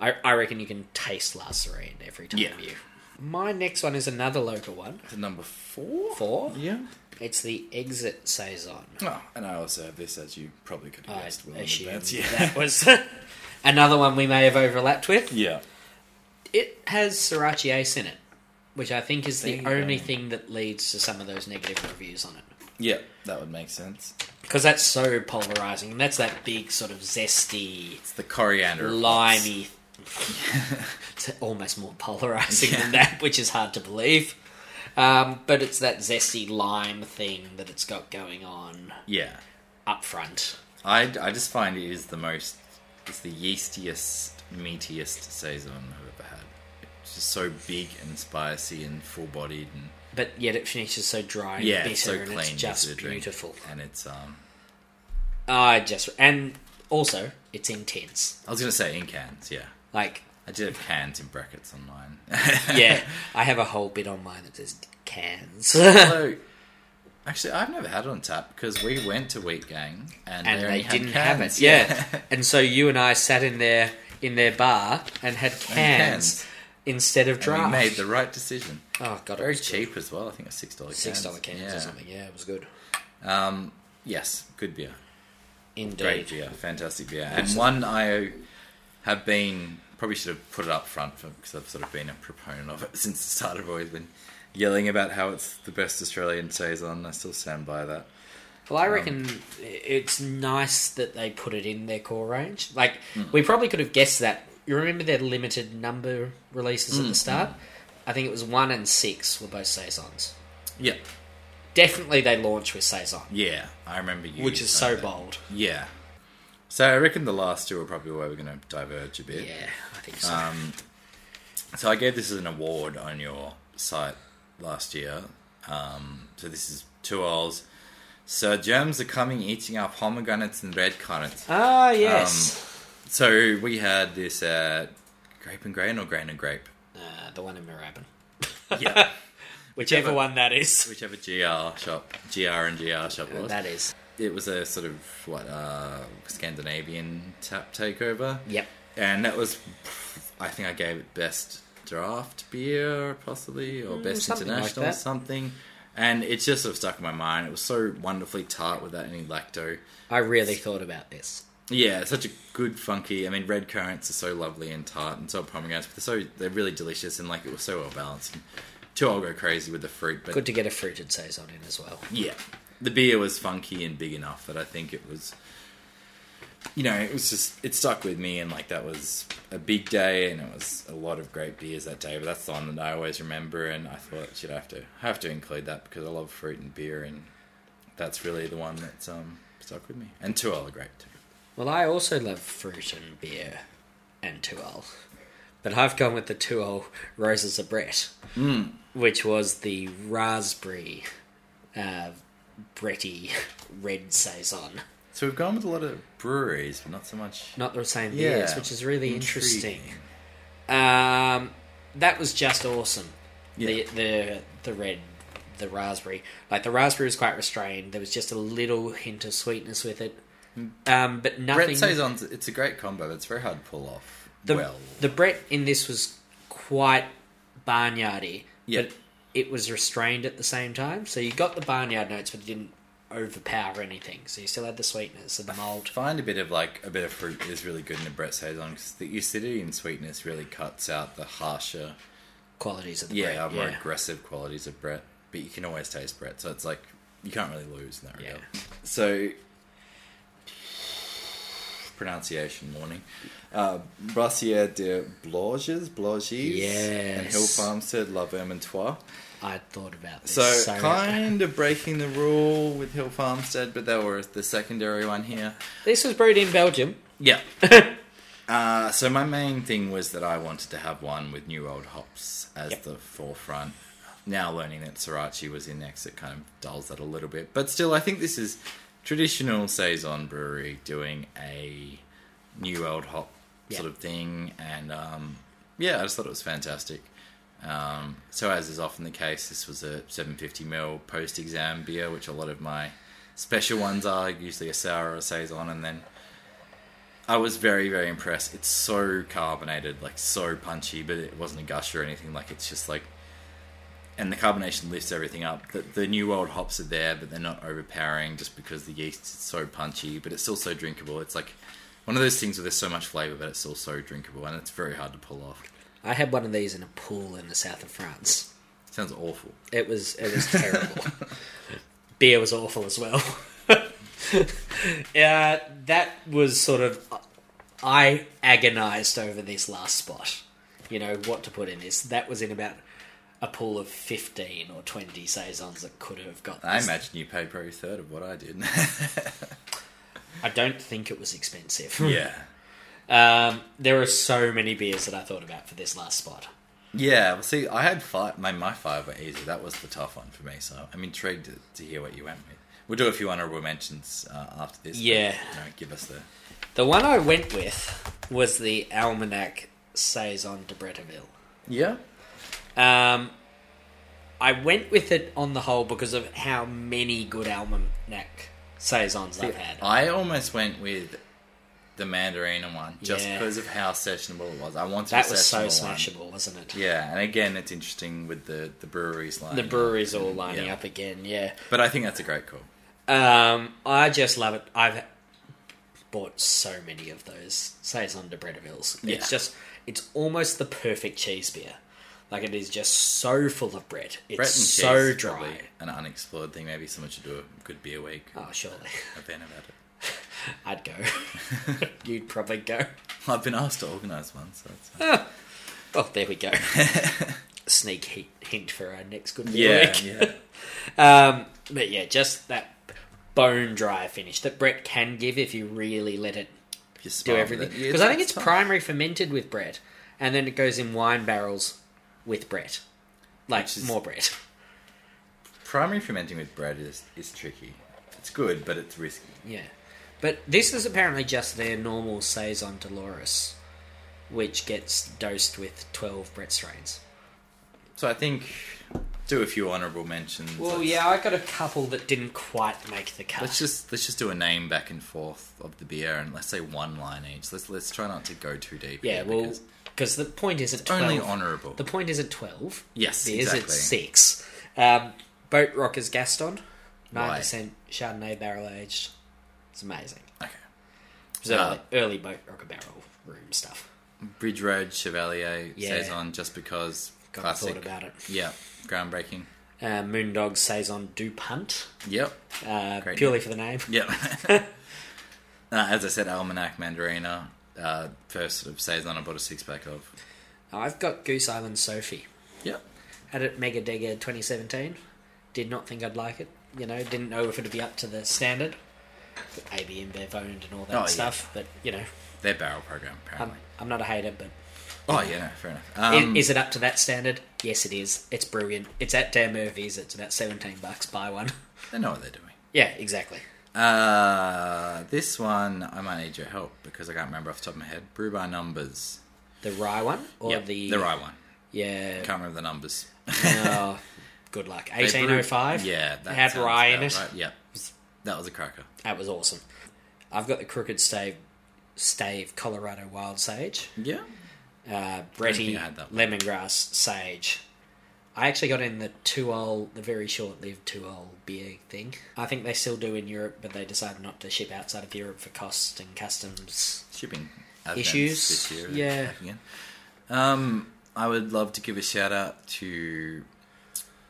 I, I reckon you can taste La Serene every time
Yeah.
you. My next one is another local one.
Number four?
Four.
Yeah.
It's the Exit Saison.
Oh, and I also have this, as you probably could have
I
guessed. well in
assume
advance. Yeah.
that was another one we may have overlapped with.
yeah.
It has Sriracha Ace in it, which I think is the
There you
only
go.
thing that leads to some of those negative reviews on it.
Yeah, that would make sense.
Because that's so polarizing, and that's that big sort of zesty,
It's the coriander.
limey. it's almost more polarizing than that, which is hard to believe. Um, but it's that zesty lime thing that it's got going on
Yeah.
up front.
I, I just find it is the most, it's the yeastiest, meatiest saison I've ever had. It's just so big and spicy and full bodied and
But yet it finishes so dry and
yeah,
bitter,
it's so
and
clean.
it's
to
just
drink.
beautiful.
And it's, um,
I just and also it's intense.
I was going to say in cans, yeah.
Like
I did have cans in brackets on mine.
yeah, I have a whole bit on mine that says cans,
So, actually, I've never had it on tap because we went to Wheat Gang and,
and
only
they
had
didn't have
cans.
it. Yeah, and so you and I sat in their in their bar and had cans,
cans.
instead of
And
draft.
we made the right decision.
oh god,
Very cheap as well. I think it was six dollars.
six dollar cans
yeah.
or something. Yeah, it was good.
Um, yes, good beer.
Indeed.
Great beer, fantastic beer, and one I have been probably should have put it up front because I've sort of been a proponent of it since the start. I've always been yelling about how it's the best Australian saison. I still stand by that.
Well, I
Um,
reckon it's nice that they put it in their core range. Like
Hmm.
we probably could have guessed that. You remember their limited number releases
Hmm,
at the start? I think it was one and six were both saisons.
Yeah,
Definitely, they launched with saison,
yeah, I remember you,
which is
saying
so
that.
bold.
Yeah. So I reckon the last two are probably where we're going to diverge a bit.
Yeah, I think so.
Um, So I gave this as an award on your site last year. Um, so this is two O's. So germs are coming, eating up pomegranates and red currants.
ah, yes,
So we had this at Grape and Grain or Grain and Grape.
uh, the one in Moorabbin,
um, Yeah.
whichever
Whichever.
one that is.
Whichever GR shop, GR and GR shop was.
That is.
It was a sort of what uh, Scandinavian tap takeover.
Yep.
and that was I think I gave it best draft beer possibly or best
Mm, something like
international
that.
something and it just sort of stuck in my mind it was so wonderfully tart without any lacto
I really thought about this.
yeah it's such a good funky I mean red currants are so lovely and tart and so are pomegranates but they're so they're really delicious and like it was so well balanced and too I'll go crazy with the fruit but
Good to get a fruited saison in as well.
yeah, the beer was funky and big enough that I think it was, you know, it was just it stuck with me and like that was a big day and it was a lot of great beers that day. But that's the one that I always remember, and I thought should I have to I have to include that because I love fruit and beer, and that's really the one that's um stuck with me. And two are great too.
Well, I also love fruit and beer and Tuol. But I've gone with the Tuol Roses of Brett,
Hmm.
which was the raspberry uh, Bretty red Saison.
So we've gone with a lot of breweries, but not so much.
Not the same
Yeah.
beers, which is really interesting.
Intriguing.
Um, that was just awesome.
Yeah.
The, the, the red, the raspberry. Like, the raspberry was quite restrained. There was just a little hint of sweetness with it. Um, but nothing.
Hmm. Brett saisons. It's a great combo. but It's very hard to pull off.
The,
well,
the Brett in this was quite barnyardy,
Yeah.
but it was restrained at the same time. So you got the barnyard notes, but it didn't overpower anything. So you still had the sweetness of the mold.
find a bit of like a bit of fruit is really good in a Brett saison because the acidity and sweetness really cuts out the harsher,
Qualities of the
yeah,
Brett.
more
Yeah.
aggressive qualities of Brett. But you can always taste Brett, so it's like you can't really lose in that
Yeah.
regard. So pronunciation warning. Uh, Brassiere de Bloges, Bloges, and Hill
Yes.
Farmstead, La Vermantois.
I thought about this.
So,
So,
kind of breaking the rule with Hill Farmstead, but they were the secondary one here.
this was brewed in Belgium.
Yeah. uh, so my main thing was that I wanted to have one with new old hops as
Yep.
the forefront. Now learning that Sriracha was in next, it kind of dulls that a little bit. But still, I think this is traditional saison brewery doing a new old hop
Yeah.
sort of thing, and um, yeah, I just thought it was fantastic. Um, so as is often the case, this was a 750 ml post exam beer, which a lot of my special ones are usually a sour or a saison, and then I was very, very impressed. It's so carbonated, like so punchy, but it wasn't a gush or anything. Like it's just like, and the carbonation lifts everything up. The, the New World hops are there, but they're not overpowering just because the yeast is so punchy, but it's still so drinkable. It's like one of those things where there's so much flavor, but it's still so drinkable, and it's very hard to pull off.
I had one of these in a pool in the south of France.
Sounds awful.
It was it was terrible. Beer was awful as well. yeah, that was sort of I agonized over this last spot. You know what to put in this. That was in about a pool of fifteen or twenty saisons that could have got.
I
This.
imagine you paid probably a third of what I did.
I don't think it was expensive.
yeah.
Um, there are so many beers that I thought about for this last spot.
Yeah, well, see, I had five. My, my five were easy. That was the tough one for me, so I'm intrigued to, to hear what you went with. We'll do a few honorable mentions uh, after this. but,
Yeah.
You know, give us the.
The one I went with was the Almanac Saison de Bretteville.
Yeah?
Um, I went with it on the whole because of how many good almanac saisons I've had.
I almost went with the Mandarina one just
Yeah.
because of how sessionable it was. I wanted
That
a
was so
sessionable one.
smashable, wasn't it?
Yeah, and again, it's interesting with the, the breweries line.
The breweries all lining
Yeah.
up again. Yeah.
But I think that's a great call.
Um, I just love it. I've bought so many of those saison de Brettevilles.
Yeah.
It's just, it's almost the perfect cheese beer. Like it is just so full of bread. It's
Brett and
so
cheese is
dry.
probably an unexplored thing. Maybe someone should do a good beer week
Oh, surely.
event about it.
I'd go. You'd probably go.
I've been asked to organise one, so it's
Oh, there we go. Sneak heat, hint for our next good
yeah,
week.
yeah.
Um, but yeah, just that bone dry finish that Brett can give if you really let it
If you're
do
smart with
everything.
it. Yeah,
Because I think it's
tough.
primary fermented with Brett, and then it goes in wine barrels with Brett, like
Which is-
more Brett.
primary fermenting with bread is is tricky. It's good, but it's risky.
Yeah, but this is apparently just their normal saison Dolores, which gets dosed with twelve Brett strains.
So I think do a few honourable mentions.
Well,
Let's-
yeah, I got a couple that didn't quite make the cut.
Let's just let's just do a name back and forth of the beer, and let's say one line each. Let's let's try not to go too deep. here
Yeah, well,
because
because the point isn't
it's
12.
only honourable.
The point isn't 12.
Yes,
It is at
exactly.
6. Um, Boat Rock is Gaston, 9%
Why?
Chardonnay barrel aged. It's amazing.
okay,
It was
Ah.
early, early Boat Rock barrel room stuff.
Bridge Road Chevalier
Yeah.
saison, just because
God, I
classic.
thought about it.
Yeah, groundbreaking.
Uh, Moondog Saison Du Punt,
Yep,
uh,
Great
purely for the name.
yep. Uh, as I said, Almanac Mandarina, uh, first sort of saison I bought a six pack of.
I've got Goose Island Sophie.
Yep.
Had it Mega Dega 2017. Did not think I'd like it. You know, didn't know if it'd be up to the standard. AB InBev owned and all that
Oh, yeah.
stuff, but you know,
Their barrel program,
I'm,
apparently.
I'm not a hater, but
oh, yeah, no, fair enough.
i-
Um,
is Um, it up to that standard? Yes, it is. It's brilliant. It's at Dan Murphy's. It's about seventeen bucks. Buy one.
they know what they're doing.
yeah, exactly.
Uh, this one, I might need your help because I can't remember off the top of my head. Brew by numbers.
The rye one or
Yep,
the
the right one.
Yeah.
Can't remember the numbers.
no, good luck.
They brew-
Eighteen oh five.
Yeah,
that had
sounds
rye in
about
it.
right. Yep. That was a cracker.
That was awesome. I've got the crooked stave, stave Colorado wild sage,
Yeah.
uh, Bretty
I had that
lemongrass sage. I actually got in the two old, the very short-lived two old beer thing. I think they still do in Europe, but they decided not to ship outside of Europe for cost and customs
Shipping advents
Issues,
This year
yeah.
Again. Um, I would love to give a shout out to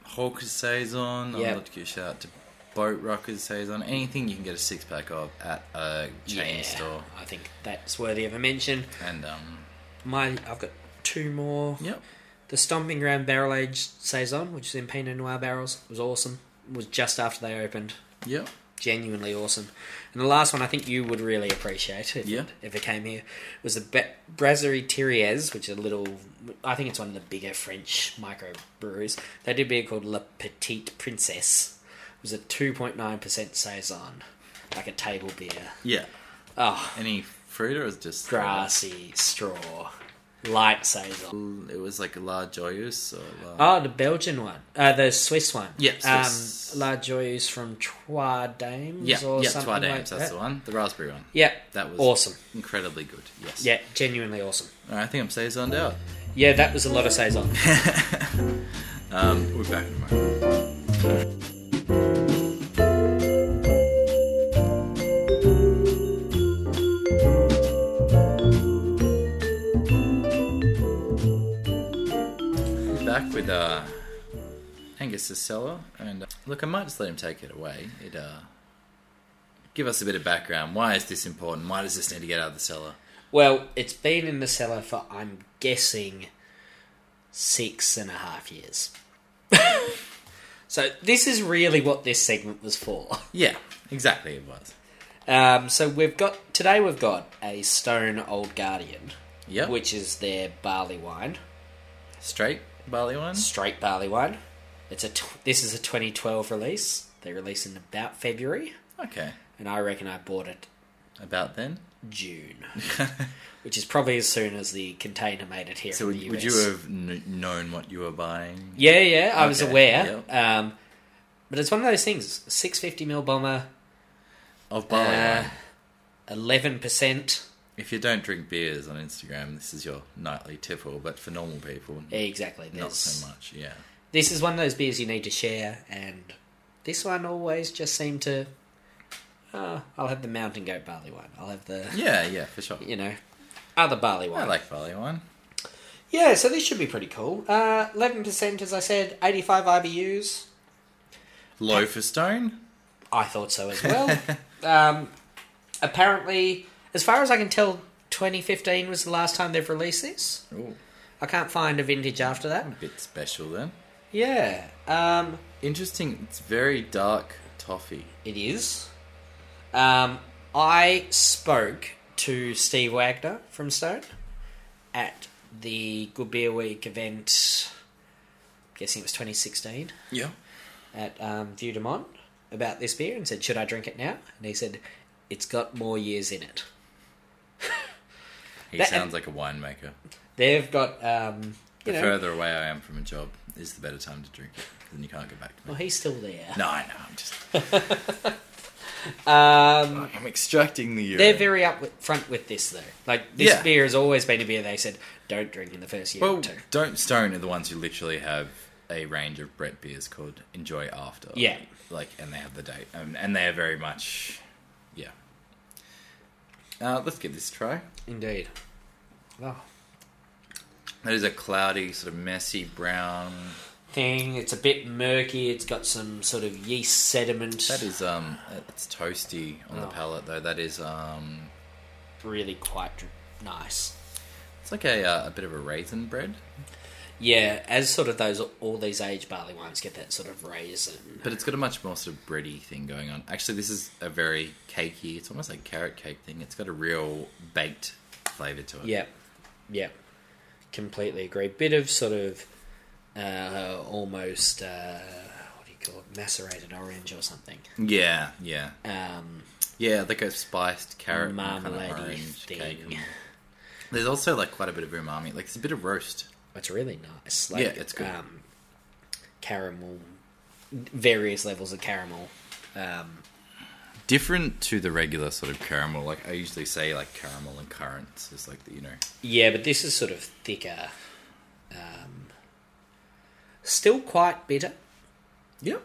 Hawker's Saison. I would
Yep.
love to give a shout out to Boat Rocker's Saison. Anything you can get a six pack of at a chain
yeah,
store.
I think that's worthy of a mention.
And, um,
My, I've got two more.
yep.
The Stomping Ground Barrel Aged Saison, which is in Pinot Noir barrels, was awesome. It was just after they opened.
Yep.
Genuinely awesome. And the last one I think you would really appreciate if,
Yeah.
if it came here was the Be- Brasserie Thierry's, which is a little, I think it's one of the bigger French microbreweries. They did a beer called La Petite Princesse. It was a 2.9% Saison, like a table beer.
Yeah.
Oh,
Any fruit or is it just
grassy straw. lightsaber.
It was like La Joyeuse or La...
Oh, the Belgian one. Uh, the Swiss one.
Yeah, Swiss.
Um, La Joyeuse from Trois Dames
yeah,
or
yeah,
something
Twa
like
Dames,
that.
that's the one. The raspberry one.
Yeah.
That was
Awesome.
Incredibly good. Yes.
Yeah, genuinely awesome.
All right, I think I'm saisoned out.
Yeah, that was a lot of saison.
Um, we're back in a moment. Back with uh, Angus's cellar, and uh, look, I might just let him take it away. It uh, give us a bit of background. Why is this important? Why does this need to get out of the cellar?
Well, it's been in the cellar for, I'm guessing, six and a half years. so, this is really what this segment was for.
Yeah, exactly. It was.
Um, so, we've got today we've got a Stone Old Guardian,
Yep.
which is their barley wine,
straight barley wine.
straight barley wine. It's a tw- this is a 2012 release. They release in about February,
Okay.
and I reckon I bought it
About then.
June, which is probably as soon as the container made it here.
So
in
would,
the
would
US.
you have kn- known what you were buying?
Yeah, yeah, I was
Okay,
aware. Um, but it's one of those things: six fifty mil bomber,
Of barley
Uh,
wine.
eleven percent
If you don't drink beers on Instagram, this is your nightly tipple. But for normal people,
exactly.
not
there's-
so much. Yeah.
This is one of those beers you need to share, and this one always just seemed to. Uh, I'll have the mountain goat barley wine. I'll have the
Yeah, yeah, for sure.
you know other barley
I
wine.
like barley wine.
Yeah, so this should be pretty cool. Uh, Eleven percent, as I said, eighty-five IBUs.
Low for stone.
I thought so as well. um, apparently, as far as I can tell, 2015 was the last time they've released this.
Ooh,
I can't find a vintage after that.
a bit special then.
Yeah, um,
Interesting. It's very dark toffee.
it is. Um, I spoke to Steve Wagner from Stone at the Good Beer Week event. Guessing it was 2016.
Yeah.
at um, View de Mont about this beer and said, "Should I drink it now?" And he said, "It's got more years in it.
He
That-
sounds like a winemaker.
They've got um,
The
you know."
further away I am from a job, is the better time to drink it. Then you can't go back to me.
Well, he's still there.
No, I know. I'm just.
Um,
I'm extracting the urine.
they're very up with, front with this though. Like this
Yeah.
beer has always been a beer they said don't drink in the first year
Well,
or two.
Don't Stone are the ones who literally have a range of Brett beers called Enjoy After.
Yeah.
Like, and they have the date. Um, and they are very much. Yeah. Uh, let's give this a try.
Indeed. Oh.
That is a cloudy, sort of messy brown.
Thing, it's a bit murky. It's got some sort of yeast sediment.
That is, um, it's toasty on the
Oh.
palate, though. That is, um,
really quite dr- nice.
it's like a, uh, a bit of a raisin bread,
Yeah, as sort of those all these aged barley wines get that sort of raisin.
but it's got a much more sort of bready thing going on. Actually, this is a very cakey, it's almost like carrot cake thing. It's got a real baked flavour to it.
Yeah, yeah, completely agree. Bit of sort of uh, almost uh, what do you call it, macerated orange or something.
Yeah, yeah.
Um,
Yeah, like a spiced carrot and kind of
Marmalade-y
orange
thing.
cake. and- There's also like quite a bit of umami. Like it's a bit of roast.
it's really nice. Like,
Yeah, it's good.
Um, caramel, various levels of caramel. Um,
Different to the regular sort of caramel. Like I usually say, like caramel and currants is like the, you know.
yeah, but this is sort of thicker. Um, still quite bitter
Yeah,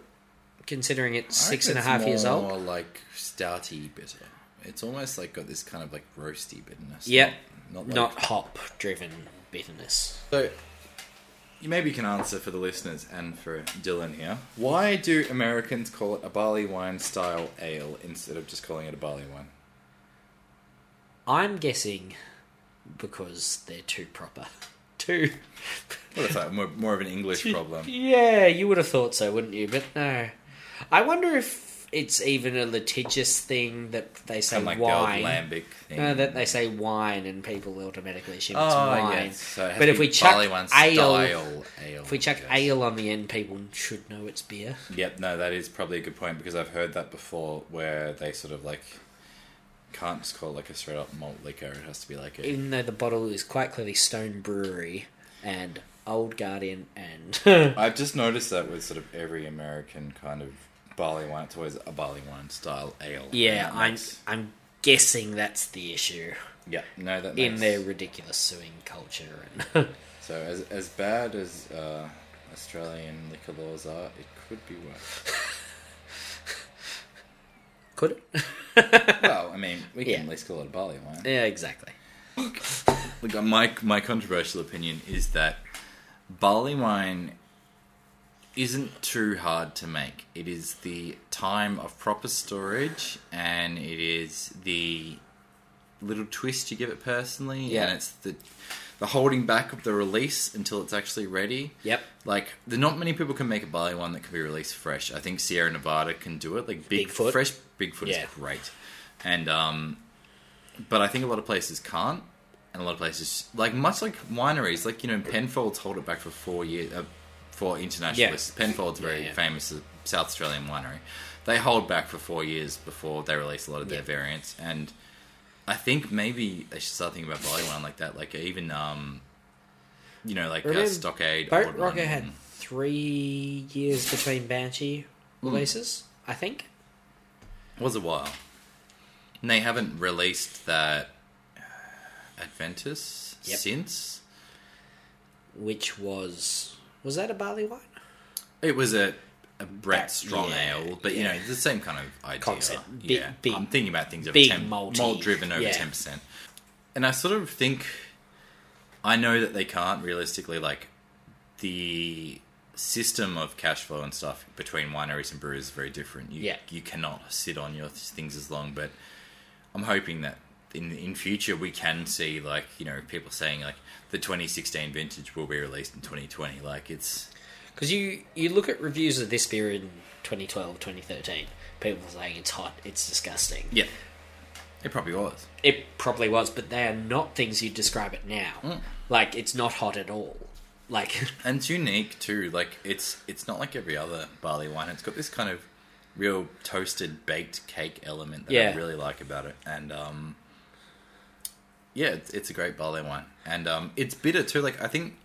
considering it's six and a half years old.
More like stouty bitter. It's almost like got this kind of like roasty bitterness.
Yep.
Not, not,
Not
like-
hop driven bitterness.
So you maybe can answer for the listeners and for Dylan here. Why do Americans call it a barley wine style ale instead of just calling it a barley wine?
I'm guessing because they're too proper. Too.
Well, that's like more, more of an English problem.
Yeah, you would have thought so, wouldn't you? But no. I wonder if it's even a litigious thing that they say
Kind of like the
wine.
old lambic thing.
No, that they say wine and people automatically assume it's
oh,
wine.
yes. So it has
but
to
if
be
we chuck
barley wine
ale,
style ale.
if we chuck
yes.
ale on the end, people should know it's beer.
Yep, no, that is probably a good point because I've heard that before where they sort of like can't just call it like a straight up malt liquor. It has to be like a
Even though the bottle is quite clearly Stone Brewery and Old Guardian and
I've just noticed that with sort of every American kind of barley wine, it's always a barley wine style ale.
yeah,
That
I'm
makes-
I'm guessing that's the issue
yeah, no, that
in
makes-
their ridiculous suing culture. And
So as as bad as uh, Australian liquor laws are, it could be worse.
could it?
well, I mean, we can
Yeah.
at least call it barley wine.
Yeah, exactly.
Look, uh, my my controversial opinion is that barley wine isn't too hard to make. It is the time of proper storage, and it is the little twist you give it personally,
Yeah.
and it's the the holding back of the release until it's actually ready.
Yep.
Like, there not many people can make a barley wine that can be released fresh. I think Sierra Nevada can do it. Like big
Bigfoot.
fresh Bigfoot
Yeah.
is great, and um, but I think a lot of places can't, and a lot of places like much like wineries, like you know, Penfolds hold it back for four years uh, for international
Yeah.
lists. Penfolds very
yeah.
famous uh, South Australian winery. They hold back for four years before they release a lot of their
Yeah.
variants, and I think maybe they should start thinking about barley wine like that. Like even um, you know, like uh,
Remember
Stockade.
Boat
Old
Rocker
One,
had three years between Banshee releases, I think.
was a while. And they haven't released that uh, Adventus
Yep.
since.
which was was that a barley wine
It was a, a Brett
That-
Strong
yeah,
Ale, but you
yeah.
know, it's the same kind of idea.
Concept. Big-
yeah.
big-
I'm thinking about things over
big
10
malty,
malt driven over
yeah.
10%. And I sort of think I know that they can't realistically like the system of cash flow and stuff between wineries and breweries is very different. You,
Yeah.
you cannot sit on your things as long, but I'm hoping that in in future we can see like you know people saying like the 2016 vintage will be released in 2020. Like it's
because you you look at reviews of this beer in 2012 2013 people were saying it's hot it's disgusting
yeah, it probably was.
it probably was but they are not things you'd describe it now like it's not hot at all like
And it's unique too. Like it's it's not like every other barley wine. It's got this kind of real toasted baked cake element that
Yeah.
I really like about it. And um, yeah, it's, it's a great barley wine. And um, it's bitter too. Like I think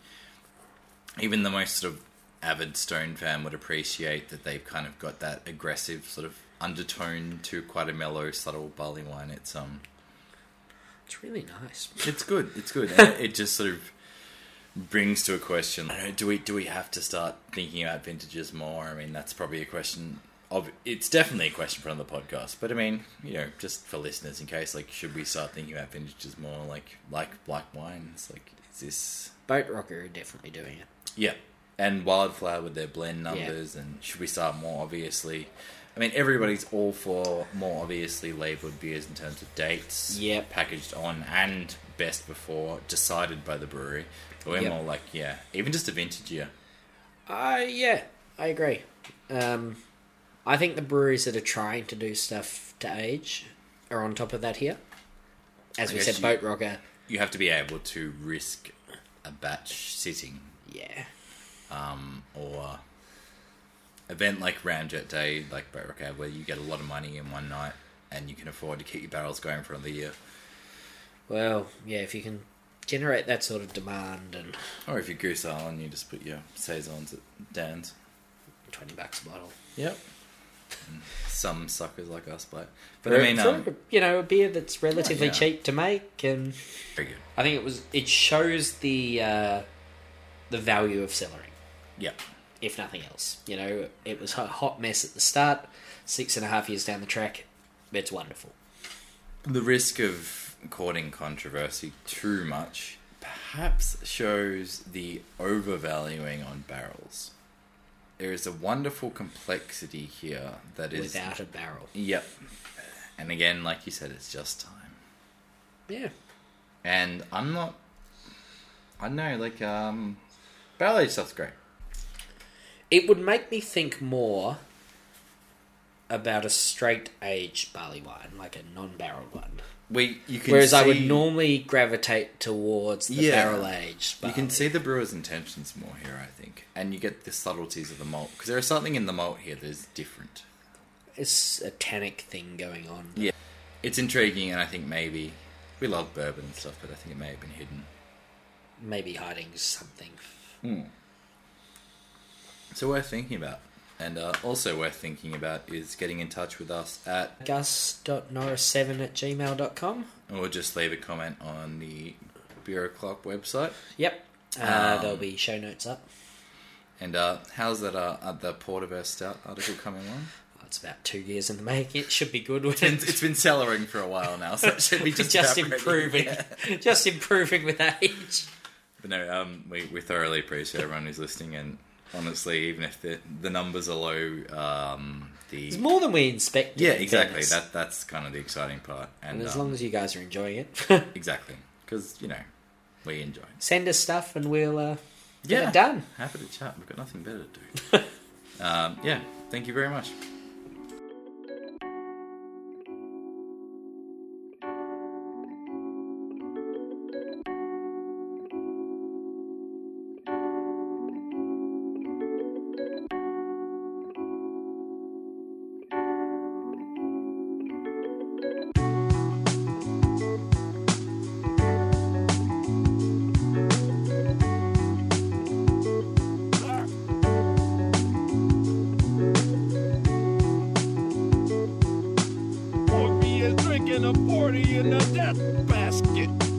even the most sort of avid Stone fan would appreciate that they've kind of got that aggressive sort of undertone to quite a mellow, subtle barley wine. It's um,
it's really nice
it's good. It's good. And it just sort of brings to a question: I don't know, Do we do we have to start thinking about vintages more? I mean, that's probably a question. Of it's definitely a question for another podcast. But I mean, you know, just for listeners, in case like, should we start thinking about vintages more? Like like black wines? Like is this?
boat rocker are definitely doing it
Yeah. And Wildflower with their blend numbers, and should we start more obviously? I mean, everybody's all for more obviously labelled beers in terms of dates,
Yep.
packaged on and best before, decided by the brewery. But we're
Yep.
more like, yeah, even just a vintage year.
uh yeah i agree um i think the breweries that are trying to do stuff to age are on top of that here as
I
we
guess
said
you-
boat rocker
You have to be able to risk a batch sitting mm,
yeah
or event like Ramjet Day, like Boat Rock Ave, where you get a lot of money in one night and you can afford to keep your barrels going for another year.
Well, yeah, if you can generate that sort of demand and
Or if you're Goose Island, you just put your saisons at Dan's.
twenty bucks a bottle.
Yep. Some suckers like us, but but
For-
I mean,
for,
um,
you know, a beer that's relatively
yeah.
cheap to make, and
very good.
I think it was it shows the uh, the value of cellaring,
Yeah,
if nothing else. You know, it was a hot mess at the start. Six and a half years down the track, it's wonderful.
the risk of courting controversy too much perhaps shows the overvaluing on barrels. There is a wonderful complexity here that is.
Without a barrel,
Yep. And again, like you said, it's just time.
yeah,
And I'm not. I don't know, like um, barrel aged stuff's great.
it would make me think more about a straight aged barley wine, like a non-barreled one.
We you can
Whereas I would
see-
normally gravitate towards the
Yeah.
barrel aged.
You can see the brewer's intentions more here, I think, and you get the subtleties of the malt because there is something in the malt here that is different.
it's a tannic thing going on.
Yeah. It's intriguing, and I think maybe we love bourbon and stuff, but I think it may have been hidden.
Maybe hiding something.
So worth thinking about. And uh, also worth thinking about is getting in touch with us at,
Gus.norris7 at gmail.com.
or just leave a comment on the Bureau Clock website.
Yep. Uh,
Um,
there'll be show notes up.
And uh, how's that uh, uh, the Porterverse Stout article coming along?
Oh, It's about two years in the making. It should be good. When
It's, it's been cellaring for a while now, so it should be just,
just
about ready.
improving, just improving with age.
But no, um, we, we thoroughly appreciate everyone who's listening, and honestly, even if the, the numbers are low, um, the
It's more than we inspected.
yeah,
in
exactly.
fairness.
That that's kind of the exciting part, and,
And as
um,
long as you guys are enjoying it,
exactly because you know we enjoy. it.
send us stuff and we'll uh, get
Yeah.
it done.
Happy to chat. We've got nothing better to do. um, yeah, thank you very much.
Pour me a drink and a forty in a death basket.